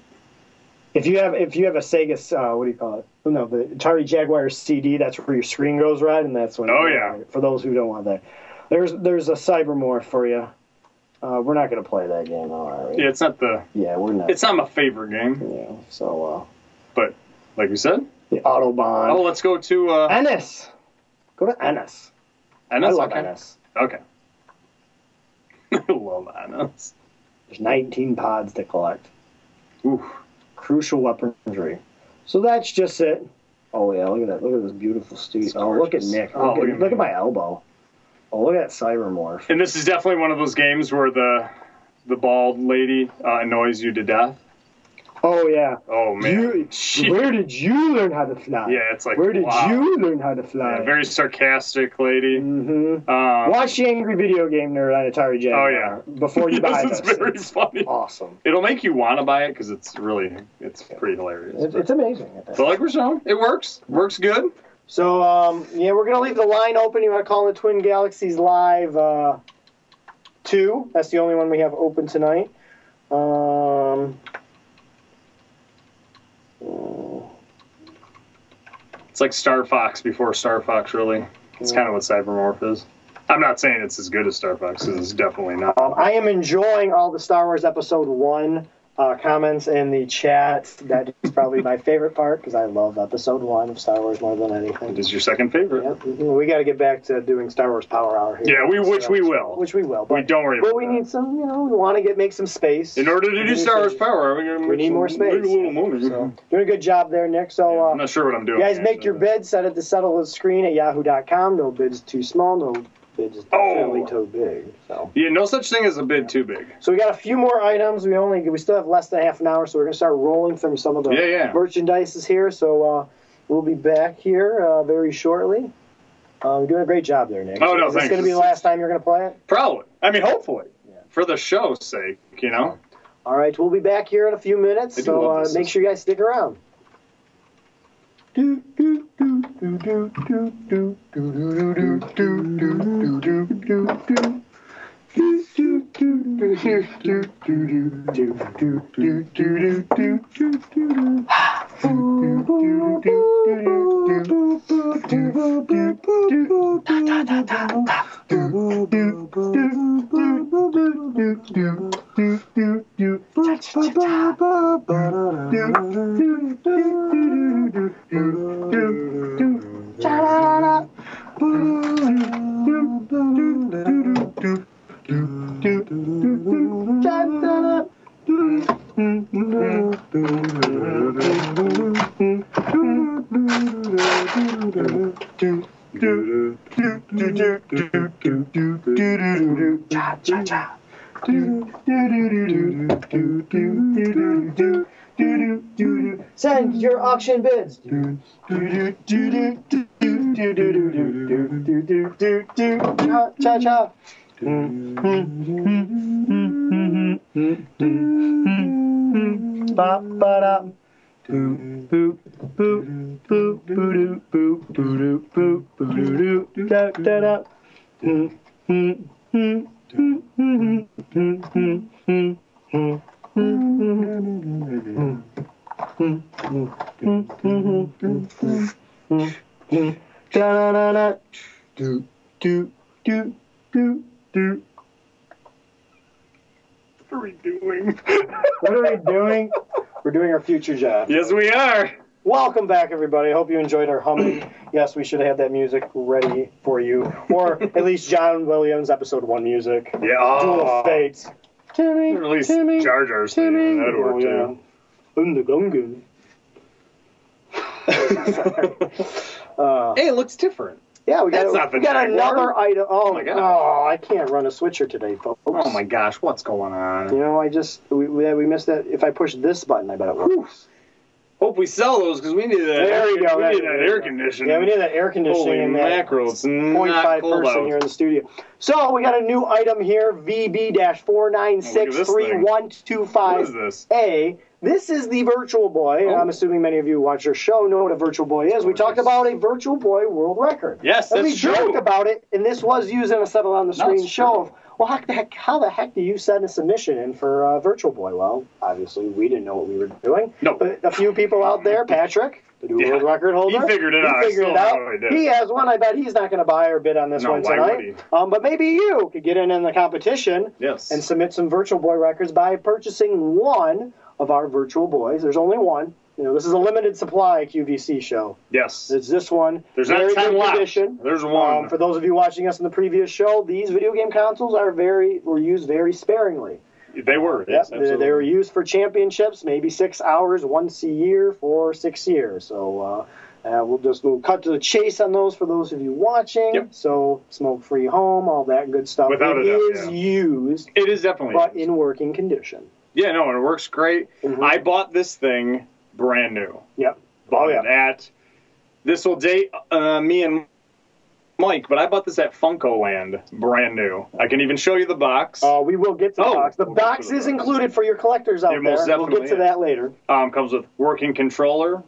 If you have if you have a Sega, uh, what do you call it? No, the Atari Jaguar CD. That's where your screen goes red, and that's when. Oh, yeah. For those who don't want that, there's there's a Cybermore for you. Uh, we're not gonna play that game, though, are we? Yeah, it's not the Yeah, we're not. it's not my favorite game, yeah. So but like we said. uh, the Autobahn. Oh, let's go to uh, Ennis. Go to Ennis. Anna's. I love okay. Ennis. Okay. I love Anna's. There's 19 pods to collect. Ooh. Crucial weaponry. So that's just it. Oh yeah, look at that. Look at this beautiful Steve. It's Oh, look at gorgeous. Nick. Oh, Look, look at, at look me. at my elbow. Oh, look at that cybermorph. And this is definitely one of those games where the the bald lady uh, annoys you to death. Oh yeah. Oh man. You, She- where did you learn how to fly? Yeah, it's like, Where did wow. you learn how to fly? yeah, very sarcastic lady. hmm Um, Watch the Angry Video Game Nerd on Atari Jaguar. Oh, yeah. Before you buy this this. is very It's funny. awesome. It'll make you want to buy it because it's really it's pretty hilarious. It's, it's amazing. At that. so like we're showing, it works. Works good. So um, yeah, we're gonna leave the line open. You want to call it Twin Galaxies Live uh, two? That's the only one we have open tonight. Um, um, It's like Star Fox before Star Fox. Really, it's kind of what Cybermorph is. I'm not saying it's as good as Star Fox because it's definitely not. um, I am enjoying all the Star Wars Episode One uh, comments in the chat. That is probably my favorite part because I love episode one of Star Wars more than It anything. is your second favorite. Yep. Mm-hmm. We got to get back to doing Star Wars Power Hour here. Yeah, we- which we will. Which we will. But, We don't worry. but about we that. need some, you know, we want to get make some space. In order to We do need Star Wars some- Power, we, we need more space. Little moment. So, doing a good job there, Nick. So, I'm uh, not sure what I'm doing. you guys here, make so- your bid, set it to settle the screen at yahoo.com. No bids too small, no bids definitely Oh. too big. So. Yeah, no such thing as a bid too big. So we got a few more items. We only we still have less than half an hour, so we're gonna start rolling through some of the Yeah, yeah. merchandise is here. So uh, we'll be back here uh, very shortly. Um, you're doing a great job there, Nick. Oh, no, is this thanks. gonna be the last time you're gonna play it? Probably. I mean, hopefully. For the show's sake, you know? All right, we'll be back here in a few minutes. I do so love uh, this. make sure you guys stick around. Send your auction bids. Cha cha cha. What are we doing? What are we doing? We're doing our future job. yes, we are. Welcome back, everybody. Hope you enjoyed our humming. yes, we should have had that music ready for you, or at least John Williams episode one music. Yeah. Duel of Fates. Timmy, Release Jar Jar's thing. That'd work Oh, yeah. too. In the gungan. Oh, Uh, Hey, it looks different. yeah, we got, That's not the we got Jaguar. another item. Oh, my my god. Oh, God. I can't run a switcher today, folks. Oh my gosh, what's going on? You know, I just we, we we missed that. If I push this button, I bet it works. Hope we sell those because we need that. There you air, go. We That- need that air conditioning. Yeah, we need that air conditioning. Holy and that mackerel, it's 0.5 not cold person out. here in the studio. So we got a new item here: VB four nine six three one two What is five this? A. This is the Virtual Boy. and Oh. I'm assuming many of you who watch your show know what a Virtual Boy is. We Oh, talked yes. about a Virtual Boy world record. Yes, and we that's true. joked about it, and this was used in a settle on the No, screen it's show. Of, well, how the heck? How the heck do you send a submission in for uh, Virtual Boy? Well, obviously we didn't know what we were doing. No. but a few people out there, Patrick, the new Yeah. world record holder, He figured it out. I figured still it don't out. know what he did. He has one. I bet he's not going to buy or bid on this No, one why tonight. would he? Um, but maybe you could get in in the competition Yes. and submit some Virtual Boy records by purchasing one of our Virtual Boys. There's only one. You know, this is a limited supply QVC show. yes. It's this one. There's not Very 10 good left. condition. There's one. Um, for those of you watching us in the previous show, these video game consoles are very were used very sparingly. they were. Yep, Yes, they- absolutely. they were used for championships, maybe six hours once a year for six years. So uh, uh, we'll just we'll cut to the chase on those for those of you watching. Yep. So smoke free home, all that good stuff. Without It a doubt, is yeah. used, It is definitely. but in working condition. yeah, no, it works great. Mhm. I bought this thing brand new. Yep. Bought Oh, yeah. it at. This will date uh, me and Mike, but I bought this at Funko Land, brand new. I can even show you the box. Uh, we will get to the Oh, box. The we'll get to box the is box. included for your collectors out there. It most We'll get definitely to is. that later. Um, comes with working controller.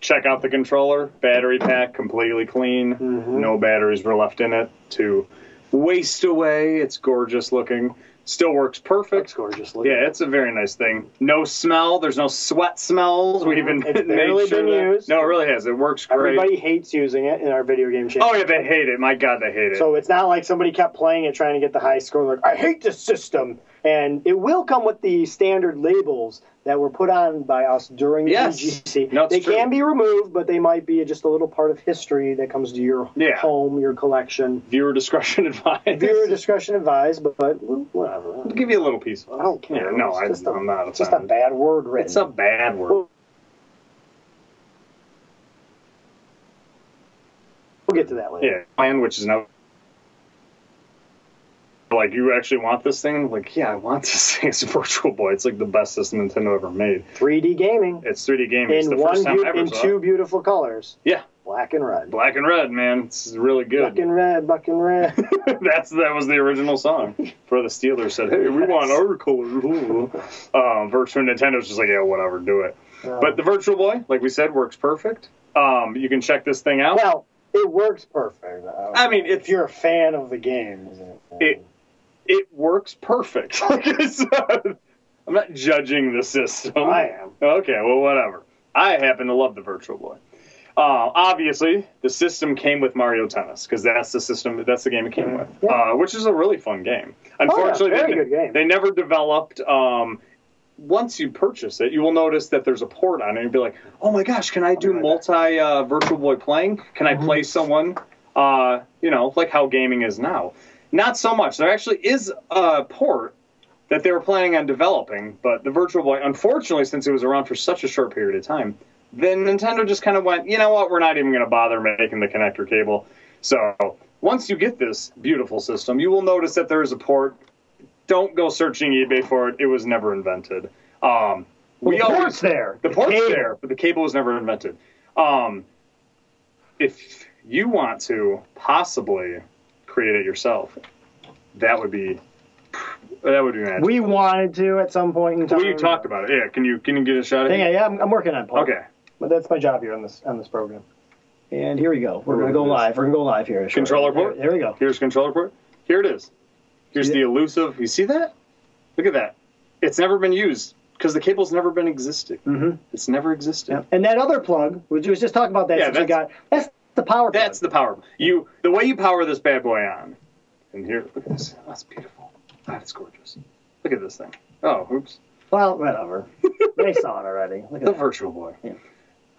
Check out the controller. Battery pack completely clean. Mm-hmm. No batteries were left in it to waste away. It's gorgeous looking. Still works It's perfect. gorgeous. Look at Yeah, it. it's a very nice thing. No smell. There's no sweat smells. We even It's made barely sure been that- used. No, it really has. It works great. Everybody hates using it in our video game channel. oh yeah, they hate it. My God, they hate it. So it's not like somebody kept playing it trying to get the high score. Like I hate this system. and it will come with the standard labels that were put on by us during the Yes. UGC. No, it's they true. can be removed, but they might be just a little part of history that comes to your Yeah. home, your collection. Viewer discretion advised. Viewer discretion advised, but, but whatever. I'll give you a little piece. I don't care. Yeah, no, It's I, just a- I'm not It's just a offended. bad word written. It's a bad word. we'll get to that later. Yeah, plan which is now like you actually want this thing. Like, yeah, I want this thing. It's a Virtual Boy. It's like the best system Nintendo ever made. 3D gaming It's 3D gaming. it's the in one first time beau- I ever in saw two it. beautiful colors, Yeah, black and red. black and red, man. It's really good. Black and red, black and red. That's that was the original song for the Steelers. Said, "Hey, we want our color." Um, Virtual Nintendo's just like, yeah, whatever, do it. Uh, But the Virtual Boy, like we said, works perfect. Um, you can check this thing out. well, it works perfect. I mean, if you're a fan of the game, It- it works perfect. Like I said, I'm not judging the system. I am. Okay, well, whatever. I happen to love the Virtual Boy. Uh, obviously, the system came with Mario Tennis because that's the system. That's the game it came with, Mm. Yeah. Oh, uh, which is a really fun game. Unfortunately, very they, good game. they never developed. Um, once you purchase it, you will notice that there's a port on it. You'll be like, "Oh my gosh, can I do multi uh, Virtual Boy playing? Can Mm-hmm. I play someone? Uh, you know, like how gaming is now. Not so much. There actually is a port that they were planning on developing, but the Virtual Boy, unfortunately, since it was around for such a short period of time, then Nintendo just kind of went, you know what, we're not even going to bother making the connector cable. So once you get this beautiful system, you will notice that there is a port. Don't go searching eBay for it. It was never invented. Um, we the always- port's there. the port's cable. there, but the cable was never invented. Um, if you want to possibly create it yourself, that would be that would be magic. We wanted to at some point in time. We talked about it. Yeah, can you can you get a shot at Hang on, it? yeah, I'm, I'm working on it. Paul. Okay. But that's my job here on this on this program. And here we go. We're gonna go Here it is. live. We're gonna go live here. shortly. Controller port? There, there we go. Here's controller port. Here it is. Here's See the elusive. You see that? Look at that. It's never been used because the cable's never been existed. Mhm. It's never existed. Yep. And that other plug, which was just talking about that Yeah, since we that's- got that's the power That's plug. the power. You the way you power this bad boy on. And here, look at this. That's beautiful. That's gorgeous. Look at this thing. Oh, oops. Well, whatever. they saw it already. Look at The that. Virtual Boy. Yeah. Mm-hmm.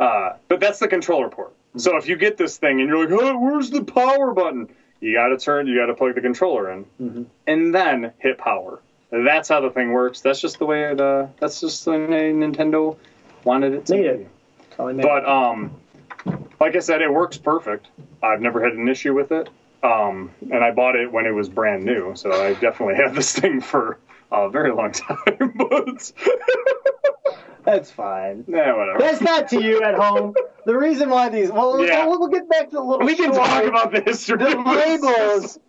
Uh, but that's the controller port. So if you get this thing and you're like, oh, where's the power button? You got to turn, you got to plug the controller in, Mm-hmm. and then hit power. That's how the thing works. That's just the way it. Uh, that's just the way Nintendo wanted it to Made be. it. That's how they made But um, like I said, it works perfect. I've never had an issue with it. Um, and I bought it when it was brand new, so I definitely had this thing for a very long time. but it. That's fine. yeah, whatever. That's not to you at home. The reason why these well, we'll- Yeah. we'll, we'll get back to the little we can story. talk about the history. the of this. labels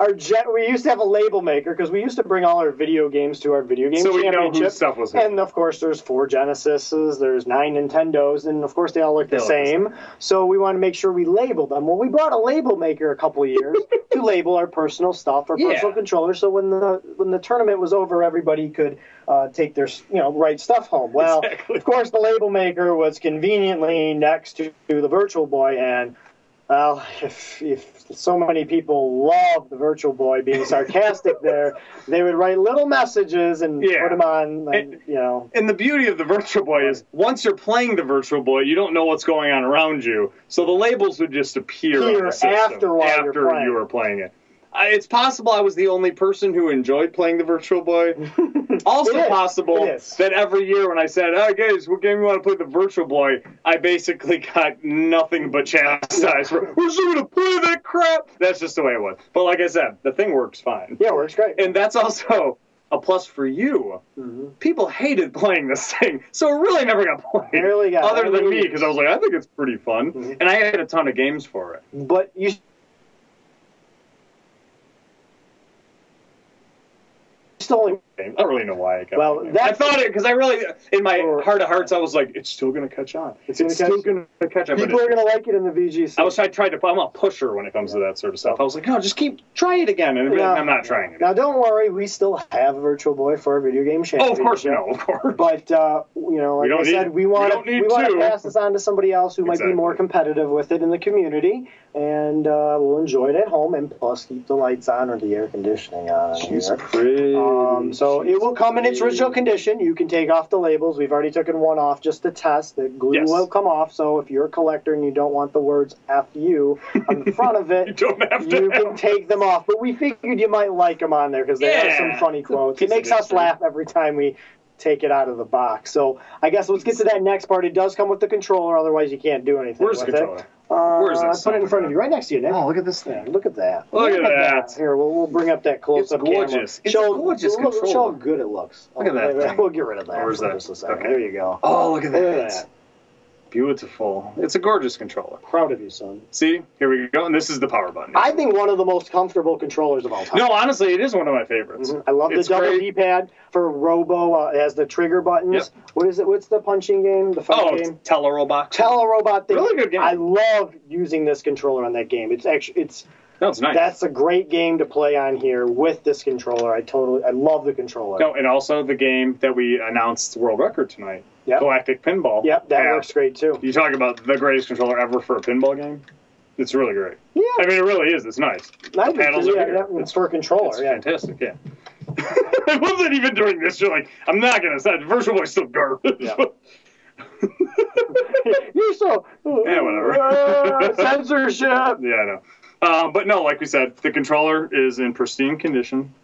are jet. We used to have a label maker because we used to bring all our video games to our video game So we know whose championship. stuff was who. and of course, there's four Genesises, there's nine Nintendos, and of course they all look the They all look the same. So we want to make sure we label them. Well, we brought a label maker a couple of years to label our personal stuff, our Yeah. personal controllers. So when the when the tournament was over, everybody could uh, take their you know right stuff home. Well, Exactly. of course, the label maker was conveniently next to the Virtual Boy and. Well, if, if so many people love the Virtual Boy being sarcastic there, they would write little messages and Yeah. put them on, like, It- you know. And the beauty of the Virtual Boy is once you're playing the Virtual Boy, you don't know what's going on around you, so the labels would just appear on Appear the system after while you're after playing. you were playing it. I, it's possible I was the only person who enjoyed playing the Virtual Boy. also It is. possible It is. that every year when I said, "Oh, guys, what game you want to play the Virtual Boy?" I basically got nothing but chastised for, "We're just gonna play that crap." That's just the way it was. But like I said, the thing works fine. Yeah, it works great. and that's also a plus for you. Mm-hmm. People hated playing this thing, so it really never got played. Really got- other than really- me, Mm-hmm. because I was like, I think it's pretty fun, and I had a ton of games for it. but you still only. I don't really know why I got. Well, it. I that's- thought it because I really, in my Or- heart of hearts, I was like, it's still gonna catch on. It's, gonna still catch- gonna catch on. but People it- are going to like it in the VGC. I was I tried to. I'm a pusher when it comes to that sort of stuff. I was like, no, just keep try it again, and it'd be like, Yeah. I'm not trying it. now, don't worry, we still have Virtual Boy for our video game oh, championship. of course, no, of course. But uh, you know, We like don't I said, need- we we want don't to need we want to two. pass this on to somebody else who might be Exactly. more competitive with it in the community, and uh, we'll enjoy it at home, and plus keep the lights on or the air conditioning on. in She's here. pretty. Um, So it will come in its original condition. You can take off the labels. We've already taken one off just to test. The glue Yes. will come off. So if you're a collector and you don't want the words "F you" on the front of it, You don't have to you can have- take them off. But we figured you might like them on there because they have Yeah. some funny quotes. It piece of makes us history. laugh every time we take it out of the box. So I guess let's get to that next part. It does come with the controller, otherwise you can't do anything Where's the with it. controller? Uh, Where's I this? put it in front of you, right next to you, Nick. Oh, look at this Yeah, thing. look at that. Look at that. Here, we'll, we'll bring up that close-up It's gorgeous. camera. It's show, a gorgeous look, Show how controller. good it looks. Look at that wait, wait, thing. We'll get rid of that Where's for that? just a second. Okay. There you go. Oh, look at Look that. at that. Beautiful. It's a gorgeous controller. Proud of you, son. See, here we go. And this is the power button. I think one of the most comfortable controllers of all time. no, honestly, it is one of my favorites. Mhm. I love the It's double great. D-pad for Robo. Uh, it has the trigger buttons. What is it? What's the punching game? The Oh, fighting it's game? Telerobot. Telerobot thing. Really good game. I love using this controller on that game. It's actually it's no, it's nice. that's a great game to play on here with this controller. I totally I love the controller. No, and also the game that we announced world record tonight, Yep. Galactic Pinball. Yep, that Yeah. works great too. You talk about the greatest controller ever for a pinball game. It's really great. Yeah, I mean, it really is. It's nice. I the panels yeah, are here. yeah, it's for a controller. It's yeah, fantastic. Yeah. I love that even during this, you're like, I'm not gonna say Virtual Boy's still garbage. Yeah. you're so Yeah, whatever. Uh, censorship. Yeah, I know. Uh, but no, like we said, the controller is in pristine condition.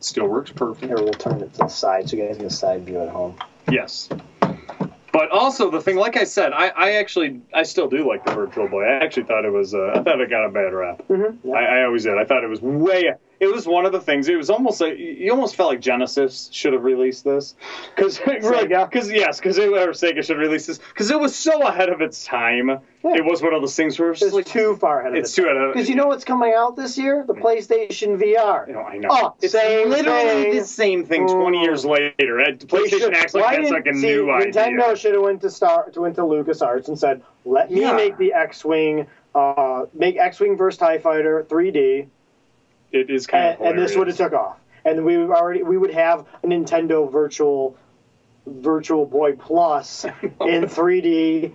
Still works Here perfect. we'll turn it to the side so you guys get a side view at home. Yes. But also the thing, like I said, I, I actually I still do like the Virtual Boy. I actually thought it was uh, I thought it got a bad rap. Mm-hmm. I, I always did. I thought it was way. It was one of the things. It was almost like you almost felt like Genesis should have released this, because Sega. because yes, because it or Sega should release this because it was so ahead of its time. It was one of those things where it's It's like too far ahead of it's too ahead of Because you know what's coming out this year? The PlayStation VR. You know, I know. Oh, it's same literally thing. the same thing 20 years later. Uh, They should- PlayStation acts like why that's like didn't- a see, new Nintendo idea. should have went to Star to went to LucasArts and said, "Let me Yeah. make the X-wing, uh, make X-wing versus Tie Fighter 3D, It is kind and, of and this would have hilarious. took off, and we would already we would have a Nintendo Virtual Virtual Boy Plus in 3D."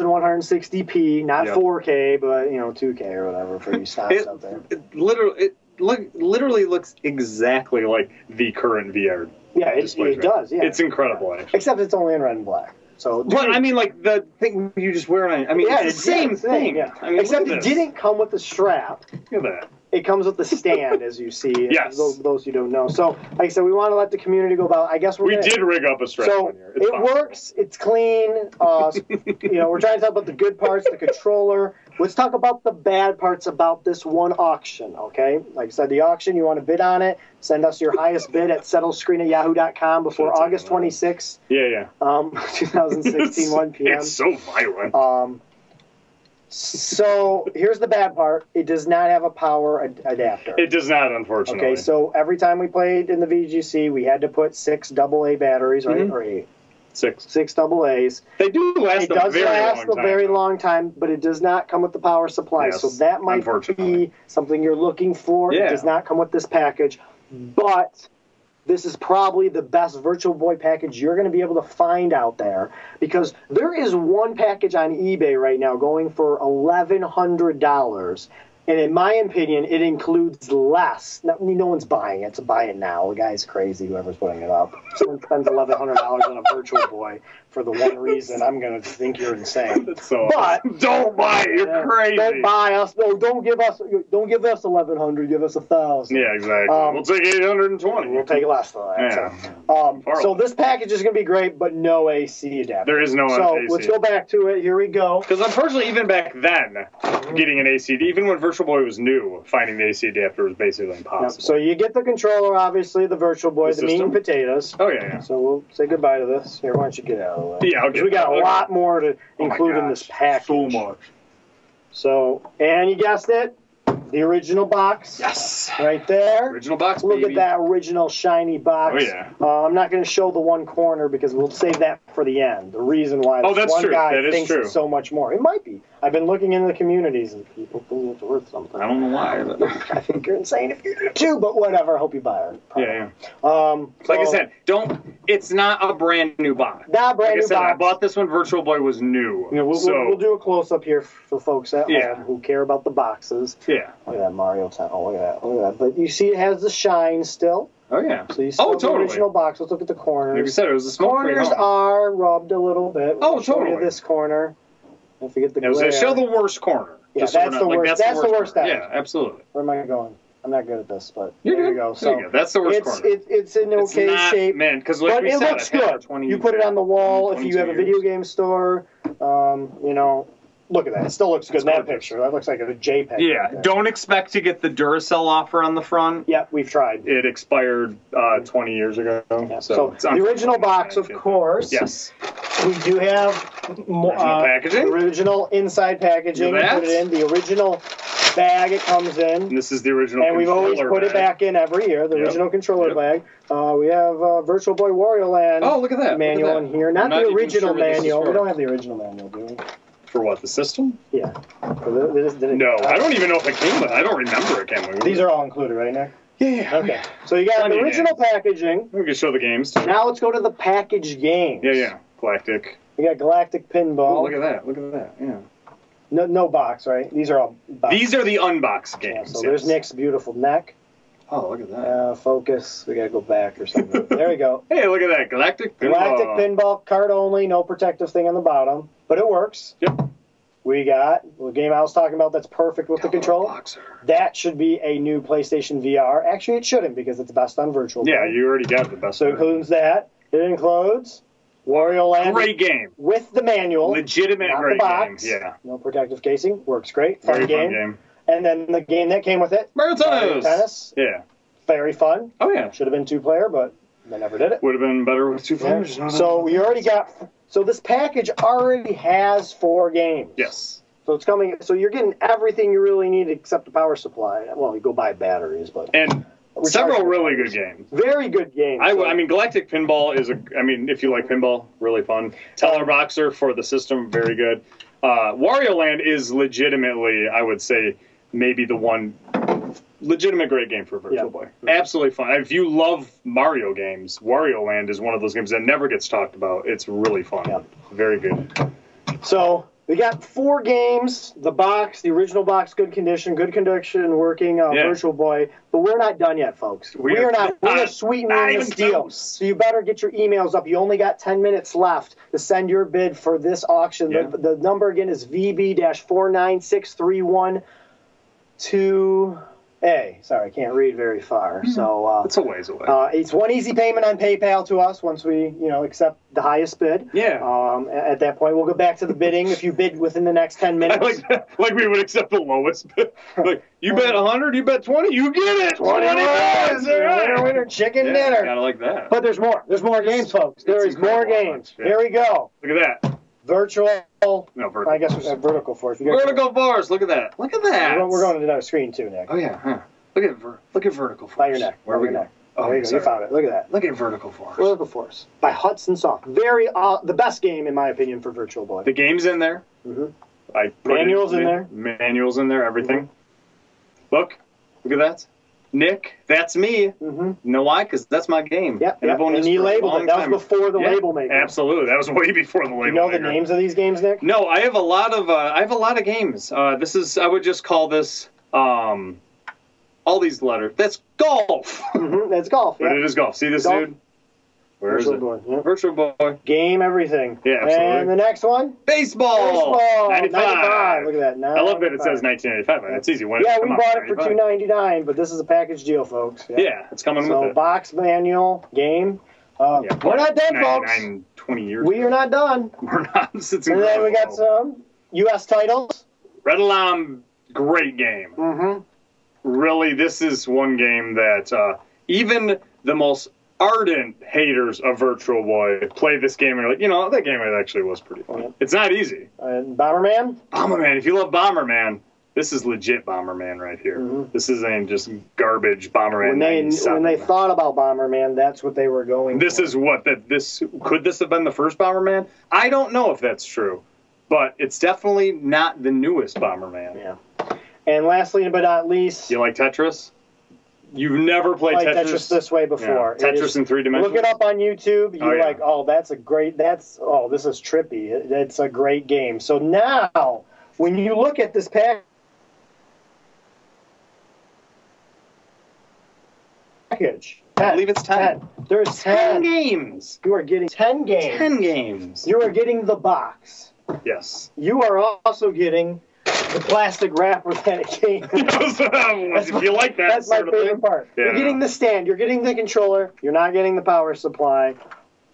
2160p, not Yep. 4K, but you know 2K or whatever for you stop It- something. It literally, it look, literally looks exactly like the current VR. Yeah, it, display it does. Yeah, It's incredible, actually. except it's only in red and black. So But I mean, like the thing you just wear on. I mean, it's the same thing. yeah. I mean, Except look it at this. didn't come with the strap. Look at that. It comes with the stand, as you see. Yes. Those, those who don't know. So, like I said, we want to let the community go about. I guess we're We gonna, did rig up a strap So one here. it works. It's clean. Uh, you know, we're trying to talk about the good parts, the controller. Let's talk about the bad parts about this one auction, okay? Like I said, the auction, you want to bid on it, send us your highest bid at settlescreen at yahoo.com before That's August it, man. 26th, Yeah, yeah. um, 2016, 1 p.m. It's so violent. Um, so here's the bad part: it does not have a power ad- adapter. It does not, unfortunately. Okay, so every time we played in the VGC, we had to put six AA batteries, right, Mhm. or eight, six. six AA's. They do last It a does very last long a time. very though. long time, but it does not come with the power supply. Yes, so that might unfortunately. be something you're looking for. It Yeah. does not come with this package, but this is probably the best Virtual Boy package you're going to be able to find out there because there is one package on eBay right now going for $1,100. And in my opinion, it includes less. No, no one's buying it. It's a buy it now. The guy's crazy, whoever's putting it up. Someone spends $1,100 on a Virtual Boy for the one reason I'm going to think you're insane. So But- don't buy it. You're Yeah. crazy. Don't buy us. No, don't give us. Don't give us eleven hundred. Give us a thousand. Yeah, exactly. Um, we'll take 820. We'll take less than that. Yeah. So, um, Far so less. this package is going to be great, but no AC adapter. There is no so AC. let's go back to it. Here we go. Because unfortunately, even back then, getting an AC, even when Virtual Boy was new, finding the AC adapter was basically Yep, impossible. So you get the controller, obviously the Virtual Boy, the, The meat system? and potatoes. oh yeah, yeah. So we'll say goodbye to this. Here, why don't you get out of the way? Yeah, I'll 'Cause get we got out. a lot more to Oh my include in gosh, this package. So much. So, and you guessed it, the original box. Yes. Right there. Original box. Look at baby. that original shiny box. Oh, yeah. Uh, I'm not going to show the one corner because we'll save that for the end. The reason why Oh, this that's one true. guy That is thinks true. it's so much more. It might be. I've been looking in the communities, and people think it's worth something. I don't know why. But, yeah, I think you're insane if you do too, but whatever. Hope you buy it. yeah. Um, Like I so- said, don't. It's not a brand new box. Not a brand like new I said, I box. bought this when Virtual Boy was new. Yeah, we'll, so we'll, we'll do a close up here for folks at Yeah. home who care about the boxes. yeah. Look at that Mario Town. Oh, look at that. Look at that. But you see, it has the shine still. Oh yeah. So you still oh have the totally. original box. Let's look at the Like I corners. said, it was a smoke free corners home. are rubbed a little bit. Oh, We'll show you totally. this corner. Don't forget the It was a glare. show the worst corner. Yeah, Just so that's we're the worst- that's the worst corner. ever. Yeah, absolutely. Where am I going? I'm not good at this, but You're there good. you go. There So you go. That's the worst it's corner. it, it's in It's okay not- shape. man. Because like but we it said, looks I've had it for good. 20 you put it on the wall if you 22 have a video years. game store. Um, you know, look at that. It still looks good in that gorgeous. picture. That looks like a JPEG. Yeah, don't expect to get the Duracell offer on the front. Yeah, we've tried. It expired uh, 20 years ago. Yeah, So, So, the original box, of course. Uh, Yes. We do have more uh, Original packaging. Original inside packaging. Look at Put it that. in the original bag. It comes in. And this is the original. and we've always controller put it bag. back in every year, the Yep. original controller Yep. bag. Uh, we have uh, Virtual Boy Wario Land Oh, look at that. look at manual that. in here. I'm Not, the even original sure what this is manual. We for. don't have the original manual, do we? For what, the system? Yeah. So th- this didn't- No, I don't even know if it came with I don't remember it came with Uh, These are all included, right, Nick? Yeah, yeah. Okay. So you got Plenty the of original packaging. We can show the games too. Now let's go to the packaged games. Yeah, yeah. Galactic. We got Galactic Pinball. Oh, look at that. Look at that. Yeah. No, no box, right? These are all box. These are the unboxed games. Yeah, so yes. there's Nick's beautiful neck. Oh, look at that. Uh, focus. We gotta go back or something. there we go. Hey, look at that. Galactic Pinball. Galactic pinball card only, no protective thing on the bottom, but it works. Yep. We got the game I was talking about. That's perfect with the controller. Boxer. That should be a new PlayStation VR. Actually, it shouldn't because it's best on virtual. Yeah, Boy. you already got the best. So it includes that. It includes Wario Land Great game. with the manual, Legitimate not the great game. box. Yeah. No protective casing. Works great. Fun Very game. fun game. And then the game that came with it, Mario Mario Tennis. Tennis. Yeah. Very fun. Oh, yeah. Should have been two player, but they never did it. Would have been better with two Yeah. players. So we already got. So this package already has four games. Yes. So it's coming. So you're getting everything you really need except the power supply. Well, you go buy batteries, but And several really good games. very good games. I, I mean, Galactic Pinball is a. I mean, if you like pinball, really fun. Teller Boxer for the system, very good. Uh, Wario Land is legitimately, I would say, maybe the one legitimate great game for Virtual Yeah. Boy. Absolutely fun. If you love Mario games, Wario Land is one of those games that never gets talked about. It's really fun. Yeah. Very good. so we got four games. The box, the original box, good condition, good condition, working. Uh, Yeah. Virtual Boy, but we're not done yet, folks. We, We are are not. We are not- sweetening not this even deal. close. So you better get your emails up. You only got 10 minutes left to send your bid for this auction. Yeah. The, the number again is VB-496312A. Sorry, I can't read very Hmm. far. So uh, It's a ways away. uh, it's one easy payment on PayPal to us once we, you know, accept the highest bid. Yeah. Um, a- at that point, we'll go back to the bidding if you bid within the next 10 minutes. like, like we would accept the lowest. bid. like you bet 100, you bet 20, you get it. 20 bucks. all right. Winner, winner, chicken Yeah, dinner. Gotta like that. But there's more. There's more games, folks. There It's is more incredible how games. much, yeah. Here we go. Look at that. Virtual. No, vertical. I guess we have vertical force. We got- vertical bars. Look at that. Look at We're that. going, we're going to another screen too, Nick. Oh yeah. Huh. Look at ver- look at vertical force. By your neck. Where by we your go? neck. Oh, there you go. sorry. You found it. Look at that. Look at vertical force. Vertical Force by Hudson Soft. Very uh, the best game in my opinion for Virtual Boy. the game's in there. Mhm. I put it Manual's in there. Manuals in there. Everything. Look. Look at that. Nick, that's me. Mm-hmm. You know why? Because that's my game. Yep. And yep. I've owned And this he for a labeled long it. That time. was before the Yeah, label maker. Absolutely. That was way before the label You know the maker. names of these games, Nick? No, I have a lot of uh, I have a lot of games. Uh, this is I would just call this um, all these letters. That's golf. Mm-hmm. That's golf. But Yeah. it is golf. See this Golf. dude? Where is Virtual it? Boy. yeah. Virtual boy. Game everything. Yeah, absolutely. And the next one? Baseball. Baseball. 95. 95. Look at that. I love that it 95. says 1985 on it. It's easy. When Yeah, it's we come out, bought it for 95. two ninety nine, but this is a package deal, folks. Yeah, it's coming So with it. box manual game. Uh, Yeah, we're not done, 99, folks. 20 years. We are not done. We're not. It's And incredible. then we got some U.S. titles. Red Alarm. Great game. Mm-hmm. really this is one game that uh, even the most ardent haters of Virtual Boy play this game and are like, you know, that game actually was pretty fun. It's not easy. And Bomberman. Bomberman, if you love Bomberman, this is legit Bomberman right here. Mhm. This isn't just garbage Bomberman. When they 97. when they thought about Bomberman, that's what they were going. this for. is what that this could this have been the first Bomberman? I don't know if that's true, but it's definitely not the newest Bomberman. Yeah. And lastly, but not least, Do you like Tetris? You've never played played Tetris. Tetris, this way Yeah. before. It Tetris is- in three dimensions. Look it up on YouTube. You're Oh, yeah. like, oh, that's a great. That's oh, this is trippy. It- It's a great game. So now, when you look at this package, I believe it's 10. There's ten. games. You are getting ten games. 10 games. You are getting the box. Yes. You are also getting the plastic wrapper that it came. if you like that That's my sort of favorite thing. part. You're Yeah. getting the stand, you're getting the controller, you're not getting the power supply.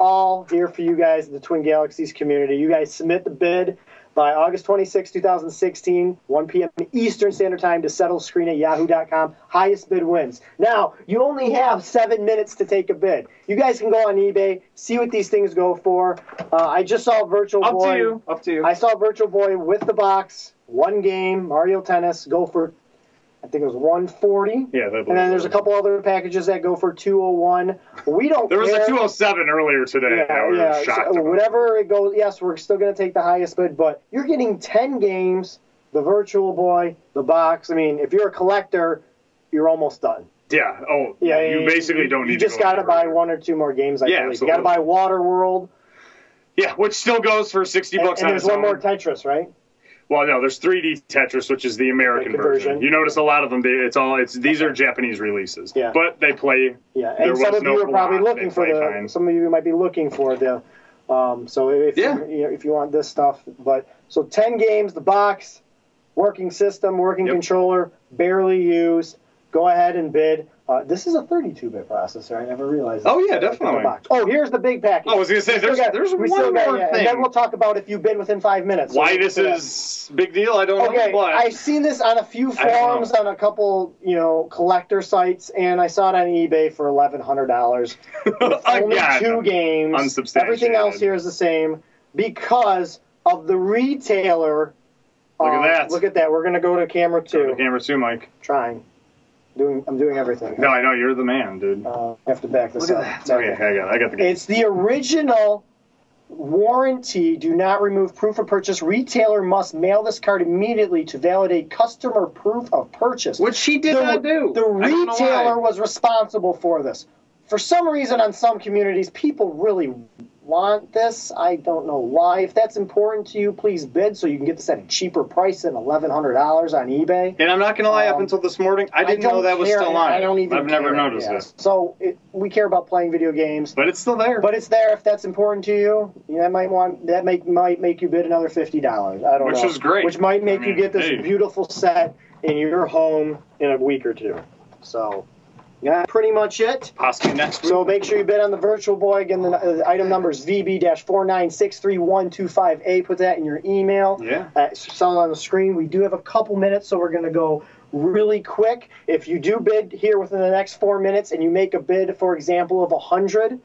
All here for you guys, in the Twin Galaxies community. You guys submit the bid by August 26, 2016, 1 p.m. Eastern Standard Time to settle screen at yahoo.com. Highest bid wins. Now, you only have seven minutes to take a bid. You guys can go on eBay, see what these things go for. Uh, I just saw Virtual Up Boy. to you. Up to you. I saw Virtual Boy with the box, one game, Mario Tennis, go for, I think it was 140. yeah, that And then there's a couple other packages that go for 201. We don't There was care. a 207 earlier today. that Yeah, we were yeah. shocked So about. whatever it goes, yes, we're still going to take the highest bid, but you're getting 10 games, the Virtual Boy, the box. I mean, if you're a collector, you're almost done. Yeah. Oh, Yeah, yeah. You basically don't You need. just to go got to buy anywhere. one or two more games. I Yeah, believe. You got to buy Waterworld, Yeah, which still goes for 60 and, bucks and on there's its one own. more Tetris, right? Well, no, there's 3D Tetris, which is the American The conversion. version. You notice a lot of them. They, it's all. It's these are Japanese releases. Yeah. But they play. Yeah, There and some was of no you are probably block. They looking for play the. fine. Some of you might be looking for the. Um, so if Yeah. you, you know, if you want this stuff, but so ten games, the box, working system, working Yep. controller, barely used. Go ahead and bid. Uh, this is a 32-bit processor. I never realized. Oh, that. yeah, Like, the definitely. box. Oh, here's the big package. I was gonna say We still there's got- there's we one still more got- yeah, thing. And then we'll talk about if you bid within five minutes. So Why we'll this get to that. is big deal? I don't Okay, know. But I've seen this on a few I don't forums, on a couple, you know, collector sites, and I saw it on eBay for eleven hundred dollars. Only Again, two games. unsubstantiated. Everything else here is the same because of the retailer. Look at uh, that. Look at that. We're gonna go to camera Go to two. camera too, Mike. Trying, doing. I'm doing everything. No, I know you're the man, dude. Uh, I have to back this Look at up. that. Back Okay, up. I got. It. I got the game. It's the original warranty. Do not remove proof of purchase. Retailer must mail this card immediately to validate customer proof of purchase. Which she did the, not do. The I don't know why. retailer was responsible for this. For some reason, on some communities, people really want this. I don't know why. If that's important to you, please bid so you can get this at a cheaper price than $1,100 on eBay. And I'm not gonna lie. up Um, until this morning, I didn't don't know that was care, still on. I don't even I've never care, noticed yeah. this, So it, we care about playing video games. but it's still there. But it's there if that's important to you. You That might want that make might make you bid another fifty dollars. I don't Which know. is great. Which might make I you mean, get this hey. beautiful set in your home in a week or two. So, yeah, pretty much it. Possibly next week. So make sure you bid on the Virtual Boy. Again, the uh, item number is VB-4963125A. Put that in your email. Yeah. Uh, it's shown on the screen. We do have a couple minutes, so we're going to go really quick. If you do bid here within the next four minutes and you make a bid, for example, of 100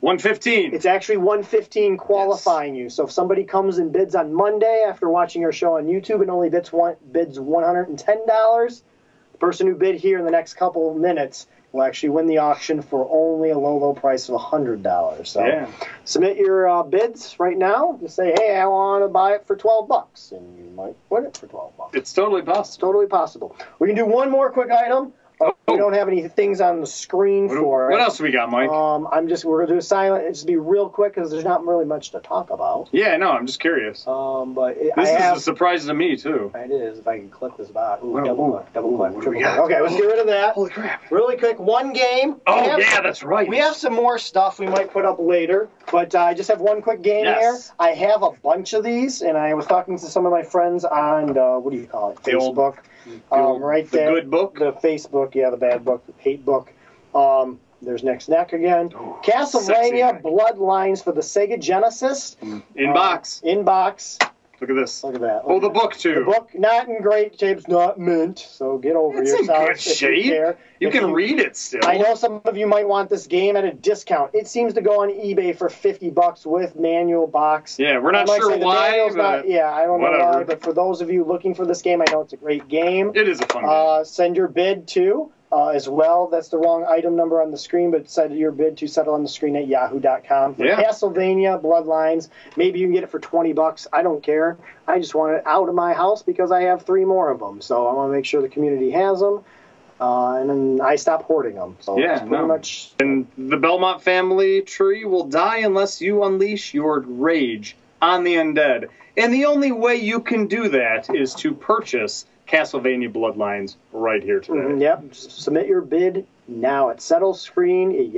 115. it's actually 115 qualifying you. So if somebody comes and bids on Monday after watching our show on YouTube and only bids one bids $110, the person who bid here in the next couple of minutes will actually win the auction for only a low low price of $100. So Yeah. submit your uh, bids right now. Just say, "Hey, I want to buy it for 12 bucks." And you might win it for 12 bucks. It's totally possible. Totally possible. We can do one more quick item. Uh, We don't have any things on the screen Oh. What, for what it. else we got, Mike? Um, I'm just we're gonna do a silent. It's be real quick because there's not really much to talk about. yeah, no, I'm just curious. Um, but it, This I is have, a surprise to me too. it is if I can click this box. Ooh, Well, double ooh, click, double click, what do triple we click. got? Okay, let's get rid of that. Holy crap! Really quick, one game. Oh We have- yeah, that's right. We have some more stuff we might put up later, but uh, I just have one quick game Yes. here. I have a bunch of these, and I was talking to some of my friends on uh, what do you call it? The old- Facebook. The um, old- right the there. good book. The Facebook, yeah, the bad book, the hate book. Um, there's next neck again. Oh, Castlevania sexy. Bloodlines for the Sega Genesis. Inbox. Uh, inbox. Look at this. Look at that. Oh, the Look at book too. that. The book not in great shape, not mint. So get over It's in yourself. good if you shape. care. You If can read it still. I know some of you might want this game at a discount. It seems to go on eBay for 50 bucks with manual box. Yeah, we're not Like I sure said, the why, manual's but not- yeah, I don't know why, whatever. but for those of you looking for this game, I know it's a great game. it is a fun. Uh, send your Uh, bid to uh, as well. That's the wrong item number on the screen, but set your bid to settle on the screen at yahoo.com. For Yeah. Castlevania Bloodlines, maybe you can get it for 20 bucks. I don't care. I just want it out of my house because I have three more of them. So I want to make sure the community has them. Uh, and then I stop hoarding them. So Yeah, that's pretty no. much And the Belmont family tree will die unless you unleash your rage on the undead. And the only way you can do that is to purchase Castlevania Bloodlines right here today. Mhm, Yep. S- Submit your bid now at settlescreen at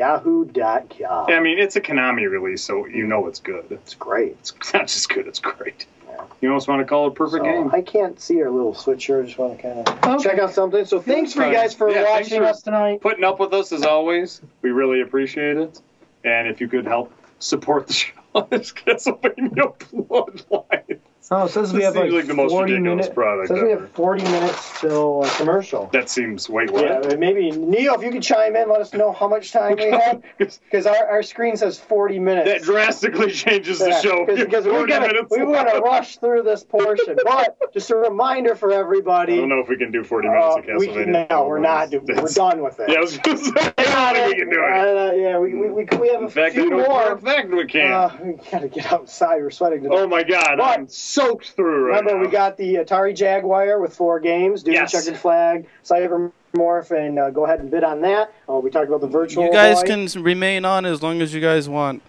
yahoo.com. I mean, it's a Konami release, so you know it's good. It's great. It's not just good, it's great. Yeah. You almost want to call it a perfect So, game. I can't see your little sweatshirt. I just want to kind of check out something. So thanks for you guys for Yeah, thanks watching for- us tonight. Putting up with us as always, we really appreciate it. And if you could help support the show on this Castlevania Bloodlines. Oh, it says This we have seems like, like the most 40 ridiculous minutes. product says we ever. have 40 minutes till a commercial. That seems way wild. Yeah, but maybe Neil, if you could chime in, let us know how much time we have because our, our screen says 40 minutes. that drastically changes the show. because we 40 minutes want to left. rush through this portion. But just a reminder for everybody. I don't know if we can do 40 minutes of Uh, we Castlevania. can- no, we're not. Dude, we're That's- done with it. Yeah, I was gonna say, I don't think we can do it. Uh, yeah, we, we, we, we have In a fact, I few know for a more. fact we can. Uh, we gotta get outside. We're sweating to oh my god, I'm but- soaked through right Remember, now. we got the Atari Jaguar with four games: Doom, Yes. Checkered Flag, Cybermorph, and uh, go ahead and bid on that. Uh, we talked about the virtual. You guys Boy. can s- remain on as long as you guys want.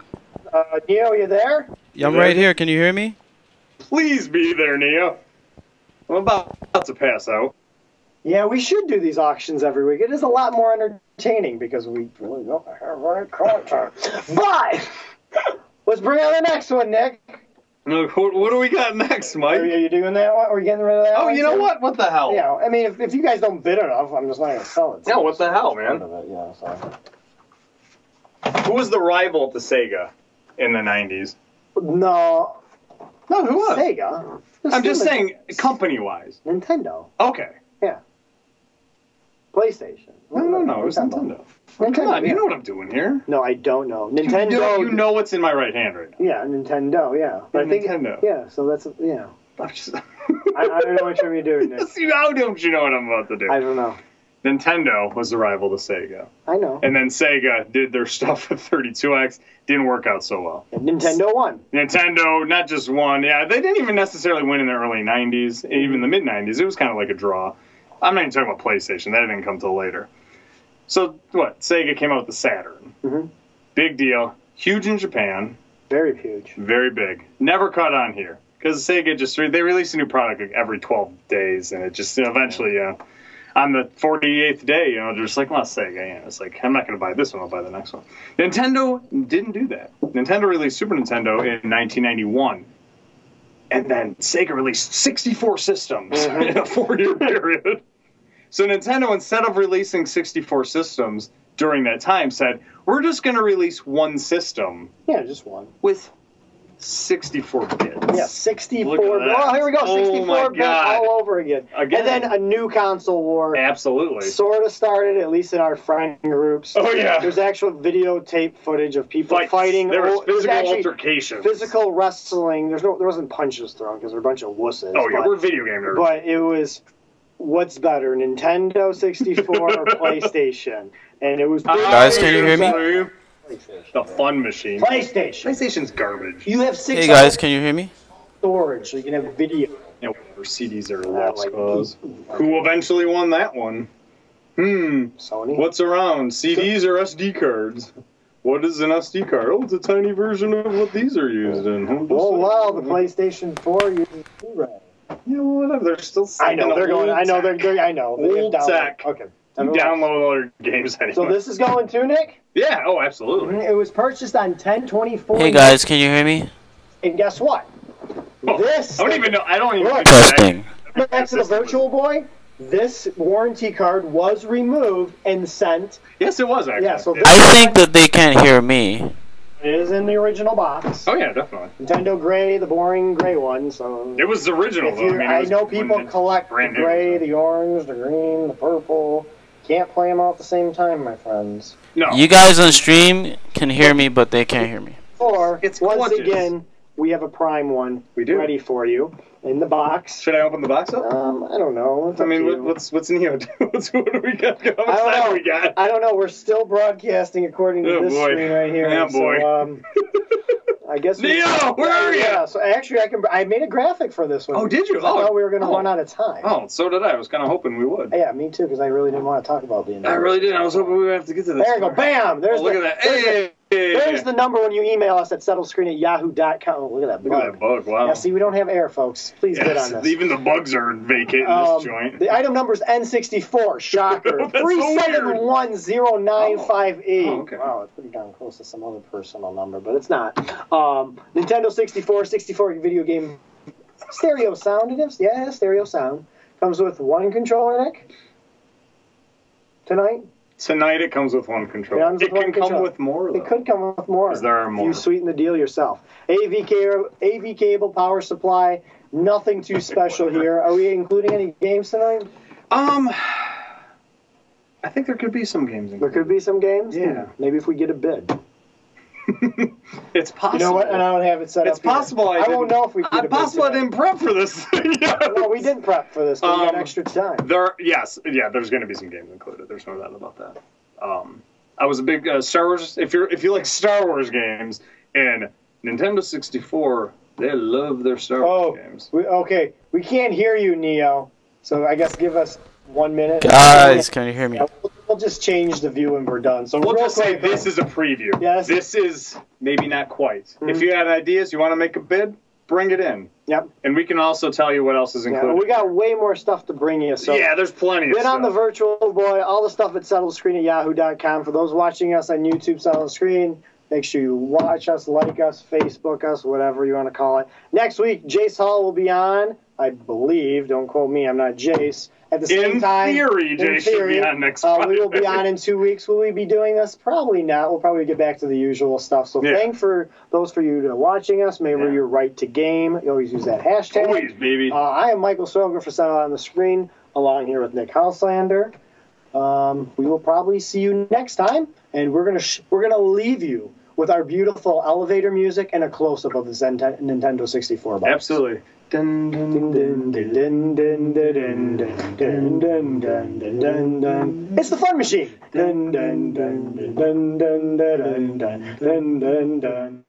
Uh, Neo, you there? Yeah, I'm there? right here. Can you hear me? Please be there, Neo. I'm about to pass out. Yeah, we should do these auctions every week. It is a lot more entertaining because we really don't have any content. But let's bring on the next one, Nick. Look, what, what do we got next, Are Mike? you, are you doing that one? Are you getting rid of that? Oh, one you know too? what? What the hell? You know, I mean, if, if you guys don't bid enough, I'm just not gonna sell it. No, Oh, what the hell, man? Yeah, so. Who was the rival to Sega in the 90s? No, No, who was? Sega. Uh, I'm just Nintendo. saying, company wise. Nintendo, Okay. PlayStation. No, no, no. It was Nintendo. Nintendo. Come on, yeah. you know what I'm doing here. No, I don't know. You Nintendo. know, you know what's in my right hand right now. Yeah, Nintendo. Yeah, but I think Nintendo. Yeah, so that's yeah. I'm just, I, I don't know what you're doing. Nick. Just, you- how don't you know what I'm about to do? I don't know. Nintendo was the rival to Sega. I know. And then Sega did their stuff with 32X. Didn't work out so well. And Nintendo won. Nintendo, not just one. Yeah, they didn't even necessarily win in the early 90s, even the mid 90s. It was kind of like a draw. I'm not even talking about PlayStation. That didn't come till later. So, what? Sega came out with the Saturn. Mhm. Big deal. Huge in Japan. Very huge. Very big. Never caught on here. Because Sega just, re- they release a new product like every 12 days, and it just eventually, you know, on the 48th day, you know, they're just like, well, Sega, yeah. It's like, I'm not going to buy this one, I'll buy the next one. Nintendo didn't do that. Nintendo released Super Nintendo in 1991. And then Sega released 64 systems in a four year period. So Nintendo, instead of releasing 64 systems during that time, said, we're just going to release one system Yeah, just one. with 64 bits. Yeah, 64. Look at that. Oh, here we go. Oh 64 my bit God. all over again. Again. And then a new console war. Absolutely. Sort of started, at least in our friend groups. Oh, yeah. There's actual videotape footage of people Fights. fighting. There was Oh, there's physical actually altercations. physical wrestling. There's no, there wasn't punches thrown because we're a bunch of wusses. Oh yeah, but- we're video game nerds. but it was what's better, Nintendo 64 or PlayStation? And it was Guys, can you hear me? The fun machine. PlayStation. PlayStation's garbage. You have six Hey guys, can you hear me? storage, so you can have video. Yeah, whatever, CDs are Uh, lost like, cause. Who eventually won that one? Hmm. Sony. What's around? CDs or SD cards? What is an SD card? Oh, it's a tiny version of what these are used in. I'm just Oh saying. wow, the PlayStation 4 uses Blu-ray. Yeah, whatever. They're still. I know they're going. I know they're. they're I know. They Old have download. tech. Okay. You download all your games anyway. So this Mm, is going to Nick. Yeah. Oh, absolutely. It was purchased on 1024. Hey guys, can you hear me? And guess what? This. I don't even know. I don't even. Look. Testing. Back to the Virtual Boy. This warranty card was removed and sent. Yes, it was actually. Yeah. So I think that they can't hear me. It is in the original box. Oh yeah, definitely. Nintendo Gray, the boring gray one. So It was original. if though. you, I, mean, it I was know when people it- collect the brand new. gray, the orange, the green, the purple. Can't play them all at the same time, my friends. No, You guys on stream can hear me, but they can't hear me. Or It's once gorgeous. again, we have a prime one We do. ready for you. in the box. Should I open the box up? Um, I don't know. It's I up mean, to what, you. what's what's Neo do? What's, what do we got? How much I don't time know. we got? I don't know. We're still broadcasting according to Oh, this boy. screen right here. Yeah, so, boy. um, I guess. we- Neo, where are ya? Yeah, so actually, I can. I made a graphic for this one. Oh, did you? 'cause I Oh. thought we were going to Oh. run out of time. Oh, so did I. I was kind of hoping we would. Yeah, me too, because I really didn't want to talk about the. End I really did. I was hoping we would have to get to this. There you go. part. Bam. There's Oh, look the, at that. There's, Hey, the, there's the number when you email us at settlescreen at yahoo.com. Oh, Look at that. look at that bug. bug. Wow. Yeah, see, we don't have air, folks. Please get Yes, on this. even the bugs are vacant in Um, this joint. The item number is N64. Shocker. That's so Three seven one zero nine five eight. Oh. Oh, okay. Wow, it's pretty darn close to some other personal number, but it's not. Um, Nintendo 64, 64 video game stereo sound. It is. Yeah, stereo sound. Comes with one controller, Nick. Tonight, Tonight it comes with one It controller. comes with It can one come controller. with more. Though. it could come with more. Is there if more? You sweeten the deal yourself. AV cable, AV cable power supply. Nothing too special here. Are we including any games tonight? Um, I think there could be some games. In There could be some games. Yeah. Maybe if we get a bid. It's possible. You know what? And I don't have it set it's up. either. possible. I, I, won't didn't- know if we I get a bid. possible I today. didn't prep for this. yes. No, we didn't prep for this. 'cause we had Um, extra time. There, yes, yeah. There's going to be some games included. There's no doubt about that. Um, I was a big uh, Star Wars. If you're if you like Star Wars games and Nintendo 64, they love their Star Oh, Wars games. we, okay. We can't hear you, Neo. So I guess give us one minute. Guys, can you hear me? Yeah, we'll, we'll just change the view when we're done. So We'll real just say quick, this is a preview. Yes. This is maybe not quite. Mm-hmm. If you had ideas, you want to make a bid, bring it in, Yep. and we can also tell you what else is Yeah, included. we got way more stuff to bring you. So yeah, there's plenty. of Been on the stuff. virtual boy, all the stuff at settled screen at yahoo.com. For those watching us on YouTube, settled screen, make sure you watch us, like us, Facebook us, whatever you want to call it. Next week, Jace Hall will be on, I believe. Don't quote me, I'm not Jace. At the same In time, theory, in Jace should be on next uh, we will be Friday. on in two weeks. Will we be doing this? Probably not. We'll probably get back to the usual stuff. So Yeah. thank for those for you that are watching us. Maybe Yeah. you're right to game. You always use that hashtag. Always, baby. Uh, I am Michael Soger for Settle on the Screen, along here with Nick Houselander. Um, we will probably see you next time, and we're gonna sh- we're gonna leave you with our beautiful elevator music and a close up of the Zen- Nintendo 64 box. Absolutely. Dun, dun, dun, dun, dun. It's the Fun Machine.